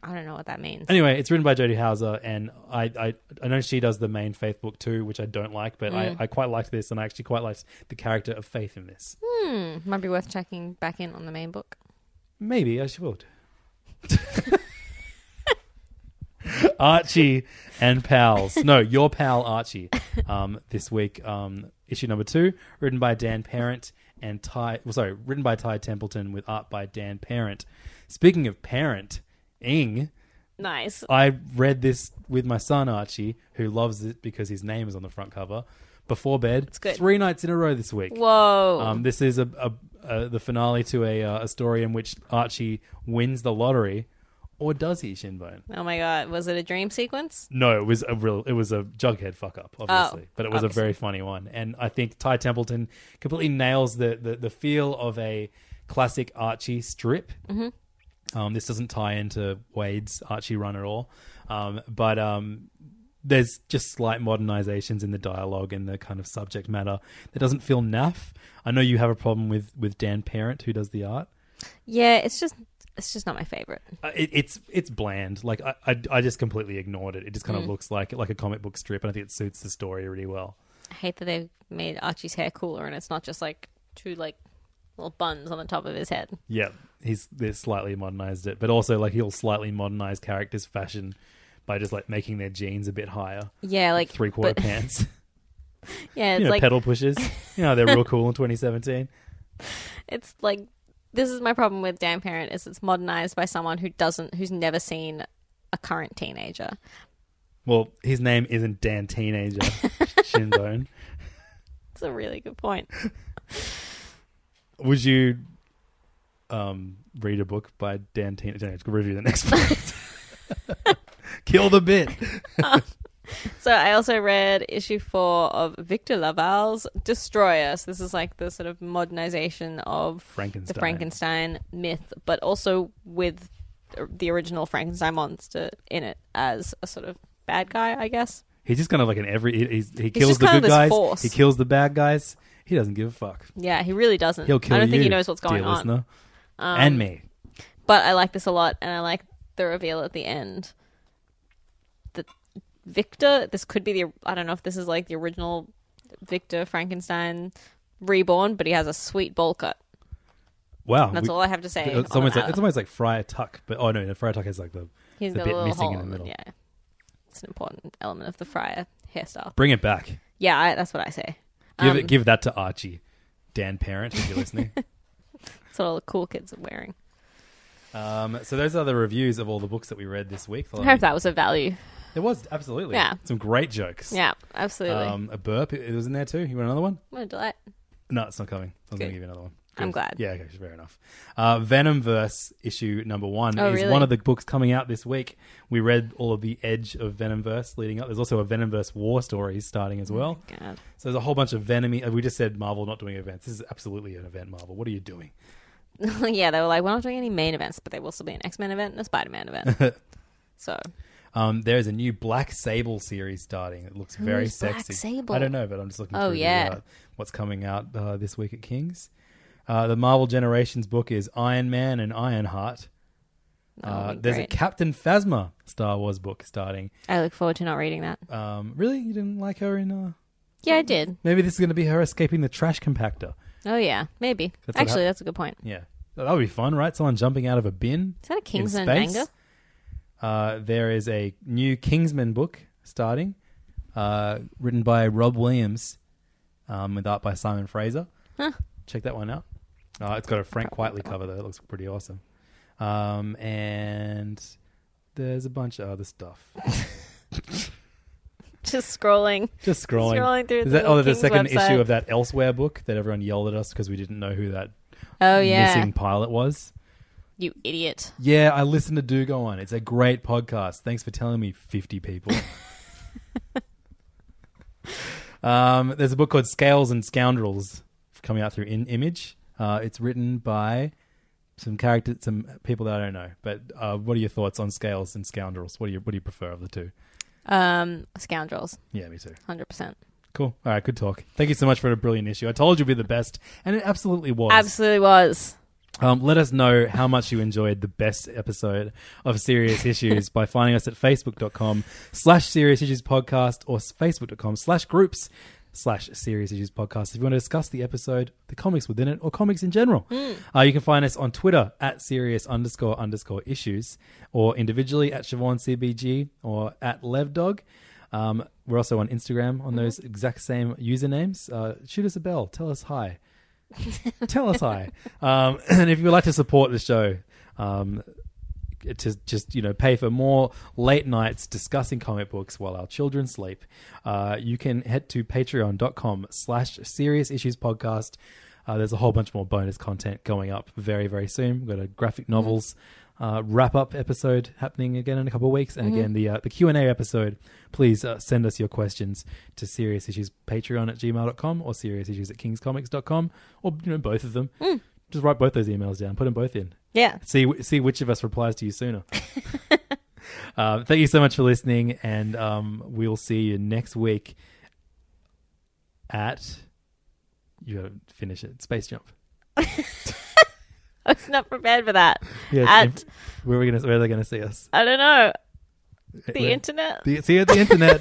Speaker 6: I don't know what that means.
Speaker 5: Anyway, it's written by Jodie Hauser, and I, I I know she does the main Faith book too, which I don't like, but
Speaker 6: Mm.
Speaker 5: I, I quite liked this, and I actually quite liked the character of Faith in this.
Speaker 6: Hmm. Might be worth checking back in on the main book.
Speaker 5: Maybe I should. Archie and pals. No, your pal Archie. Um, this week, um, issue number two, written by Dan Parent and Ty. Well, sorry, written by Ty Templeton with art by Dan Parent. Speaking of Parent, Ing.
Speaker 6: Nice.
Speaker 5: I read this with my son Archie, who loves it because his name is on the front cover. Before bed, it's
Speaker 6: good.
Speaker 5: three nights in a row this week.
Speaker 6: Whoa.
Speaker 5: Um, this is a, a, a the finale to a uh, a story in which Archie wins the lottery, or does he, Shinbone?
Speaker 6: Oh my god. Was it a dream sequence?
Speaker 5: No, it was a real. It was a Jughead fuck up, obviously,
Speaker 6: Oh,
Speaker 5: but it was
Speaker 6: obviously.
Speaker 5: a very funny one. And I think Ty Templeton completely nails the the, the feel of a classic Archie strip.
Speaker 6: Mhm.
Speaker 5: Um, this doesn't tie into Wade's Archie run at all, um, but um, there's just slight modernizations in the dialogue and the kind of subject matter that doesn't feel naff. I know you have a problem with with Dan Parent who does the art.
Speaker 6: Yeah. It's just. It's just not my favorite.
Speaker 5: Uh, it, it's it's bland. Like I, I, I just completely ignored it. It just kind
Speaker 6: Mm.
Speaker 5: of looks like like a comic book strip, and I think it suits the story really well.
Speaker 6: I hate that they've made Archie's hair cooler and it's not just like two like little buns on the top of his head.
Speaker 5: Yeah, he's they slightly modernized it, but also like he'll slightly modernize characters' fashion by just like making their jeans a bit higher.
Speaker 6: Yeah, like-
Speaker 5: three quarter
Speaker 6: but-
Speaker 5: pants.
Speaker 6: Yeah, it's
Speaker 5: you know,
Speaker 6: like
Speaker 5: pedal pushes. You know, they're real cool in 2017.
Speaker 6: It's like this is my problem with Dan Parent is it's modernized by someone who doesn't who's never seen a current teenager.
Speaker 5: Well, his name isn't Dan Teenager Shinbone.
Speaker 6: It's a really good point.
Speaker 5: Would you um, read a book by Dan Teenager? Anyway, Review the next part. Kill the bit.
Speaker 6: So I also read issue four of Victor Laval's Destroy Us. This is like the sort of modernization of
Speaker 5: Frankenstein.
Speaker 6: the Frankenstein myth, but also with the original Frankenstein monster in it as a sort of bad guy, I guess.
Speaker 5: He's just kind of like an every. He, he's, he
Speaker 6: He's
Speaker 5: kills
Speaker 6: just
Speaker 5: the
Speaker 6: kind of
Speaker 5: good
Speaker 6: this
Speaker 5: guys.
Speaker 6: force.
Speaker 5: He kills the bad guys. He doesn't give a fuck.
Speaker 6: Yeah, he really doesn't.
Speaker 5: He'll kill
Speaker 6: I don't think he
Speaker 5: you,
Speaker 6: knows what's going
Speaker 5: dear
Speaker 6: on. Um,
Speaker 5: listener. And me.
Speaker 6: But I like this a lot, and I like the reveal at the end. That Victor, this could be the I don't know if this is like the original Victor Frankenstein reborn, but he has a sweet bowl cut.
Speaker 5: Wow.
Speaker 6: That's all I have to say
Speaker 5: It's
Speaker 6: on
Speaker 5: almost
Speaker 6: that.
Speaker 5: like it's almost like Friar Tuck, but oh no, no Friar Tuck has like the,
Speaker 6: He's
Speaker 5: the
Speaker 6: got a
Speaker 5: bit
Speaker 6: little
Speaker 5: missing in
Speaker 6: hole
Speaker 5: the
Speaker 6: in it,
Speaker 5: middle.
Speaker 6: Yeah, it's an important element of the friar hairstyle.
Speaker 5: Bring it back.
Speaker 6: Yeah, I, that's what I say.
Speaker 5: Give
Speaker 6: Um,
Speaker 5: it. Give that to Archie, Dan Parent, if you're listening.
Speaker 6: That's what all the cool kids are wearing.
Speaker 5: um, so those are the reviews of all the books that we read this week.
Speaker 6: I hope that was of value.
Speaker 5: It was absolutely.
Speaker 6: Yeah.
Speaker 5: Some great jokes.
Speaker 6: Yeah, absolutely.
Speaker 5: Um, a burp. It it was in there too. You want another one?
Speaker 6: what a delight.
Speaker 5: No, it's not coming. I was going to give you another one.
Speaker 6: I'm glad.
Speaker 5: Yeah, okay, fair enough. Uh, Venomverse issue number one
Speaker 6: Oh,
Speaker 5: is
Speaker 6: really?
Speaker 5: one of the books coming out this week. We read all of the Edge of Venomverse leading up. There's also a Venomverse war story starting as well.
Speaker 6: Oh God.
Speaker 5: So there's a whole bunch of Venomy. uh, We just said Marvel not doing events. This is absolutely an event, Marvel. What are you doing?
Speaker 6: yeah, they were like, we're not doing any main events, but there will still be an X Men event and a Spider Man event. so
Speaker 5: Um, there is a new Black Sable series starting. It looks
Speaker 6: Who
Speaker 5: very
Speaker 6: is Black
Speaker 5: sexy.
Speaker 6: Sable?
Speaker 5: I don't know, but I'm just looking
Speaker 6: Oh,
Speaker 5: through
Speaker 6: yeah.
Speaker 5: the, uh, what's coming out uh, this week at King's. Uh, the Marvel Generations book is Iron Man and Ironheart. Uh, there's a
Speaker 6: Oh, great.
Speaker 5: Captain Phasma Star Wars book starting.
Speaker 6: I look forward to not reading that.
Speaker 5: Um, really, you didn't like her in? Uh...
Speaker 6: Yeah, I did.
Speaker 5: Maybe this is going to be her escaping the trash compactor.
Speaker 6: Oh yeah, maybe.
Speaker 5: That's what
Speaker 6: Actually,
Speaker 5: hap-
Speaker 6: that's a good point.
Speaker 5: Yeah, that would be fun, right? Someone jumping out of a bin.
Speaker 6: Is that a
Speaker 5: in
Speaker 6: Kingsman
Speaker 5: space.
Speaker 6: manga?
Speaker 5: Uh, there is a new Kingsman book starting, uh, written by Rob Williams, um, with art by Simon Fraser.
Speaker 6: Huh.
Speaker 5: Check that one out. Uh, it's got a Frank Whiteley cover though. It looks pretty awesome. Um, and there's a bunch of other stuff.
Speaker 6: Just scrolling.
Speaker 5: Just scrolling.
Speaker 6: through.
Speaker 5: Is
Speaker 6: the
Speaker 5: that, oh,
Speaker 6: little
Speaker 5: there's a second
Speaker 6: King's website.
Speaker 5: issue of that Elsewhere book that everyone yelled at us because we didn't know who that
Speaker 6: Oh, yeah.
Speaker 5: missing pilot was.
Speaker 6: You idiot.
Speaker 5: Yeah, I listen to Do Go On. It's a great podcast. Thanks for telling me, 50 people. um, there's a book called Scales and Scoundrels coming out through In Image. Uh, it's written by some characters, some people that I don't know. But uh, what are your thoughts on Scales and Scoundrels? What do you what do you prefer of the two?
Speaker 6: Um, scoundrels.
Speaker 5: Yeah, me too.
Speaker 6: Hundred percent.
Speaker 5: Cool. All right, good talk. Thank you so much for a brilliant issue. I told you it'd be the best, and it absolutely was.
Speaker 6: Absolutely was.
Speaker 5: Um, let us know how much you enjoyed the best episode of Serious Issues by finding us at facebook.com slash Serious Issues Podcast or s- facebook.com slash groups slash Serious Issues Podcast. If you want to discuss the episode, the comics within it, or comics in general, uh, you can find us on Twitter at Serious underscore underscore Issues or individually at Siobhan CBG or at LevDog. Um, we're also on Instagram on those exact same usernames. Uh, shoot us a bell. Tell us hi tell us hi. Um, and if you would like to support the show, um, to just you know pay for more late nights discussing comic books while our children sleep, uh, you can head to patreon.com slash serious issues podcast. Uh, there's a whole bunch more bonus content going up very very soon. We've got a graphic novels uh, wrap up episode happening again in a couple of weeks, and
Speaker 8: Mhm.
Speaker 5: again the uh, the Q and A episode. Please uh, send us your questions to serious issues patreon at gmail.com or serious issues at kingscomics.com or you know both of them. Just write both those emails down. Put them both in.
Speaker 6: Yeah.
Speaker 5: See see which of us replies to you sooner. um, thank you so much for listening, and um, we'll see you next week at. You gotta finish it. Space jump.
Speaker 6: I was not prepared for that.
Speaker 5: it's
Speaker 6: At
Speaker 5: inf- where are we gonna? Where are they gonna see us?
Speaker 6: I don't know. The
Speaker 5: Where-
Speaker 6: internet.
Speaker 5: The, see you at the internet.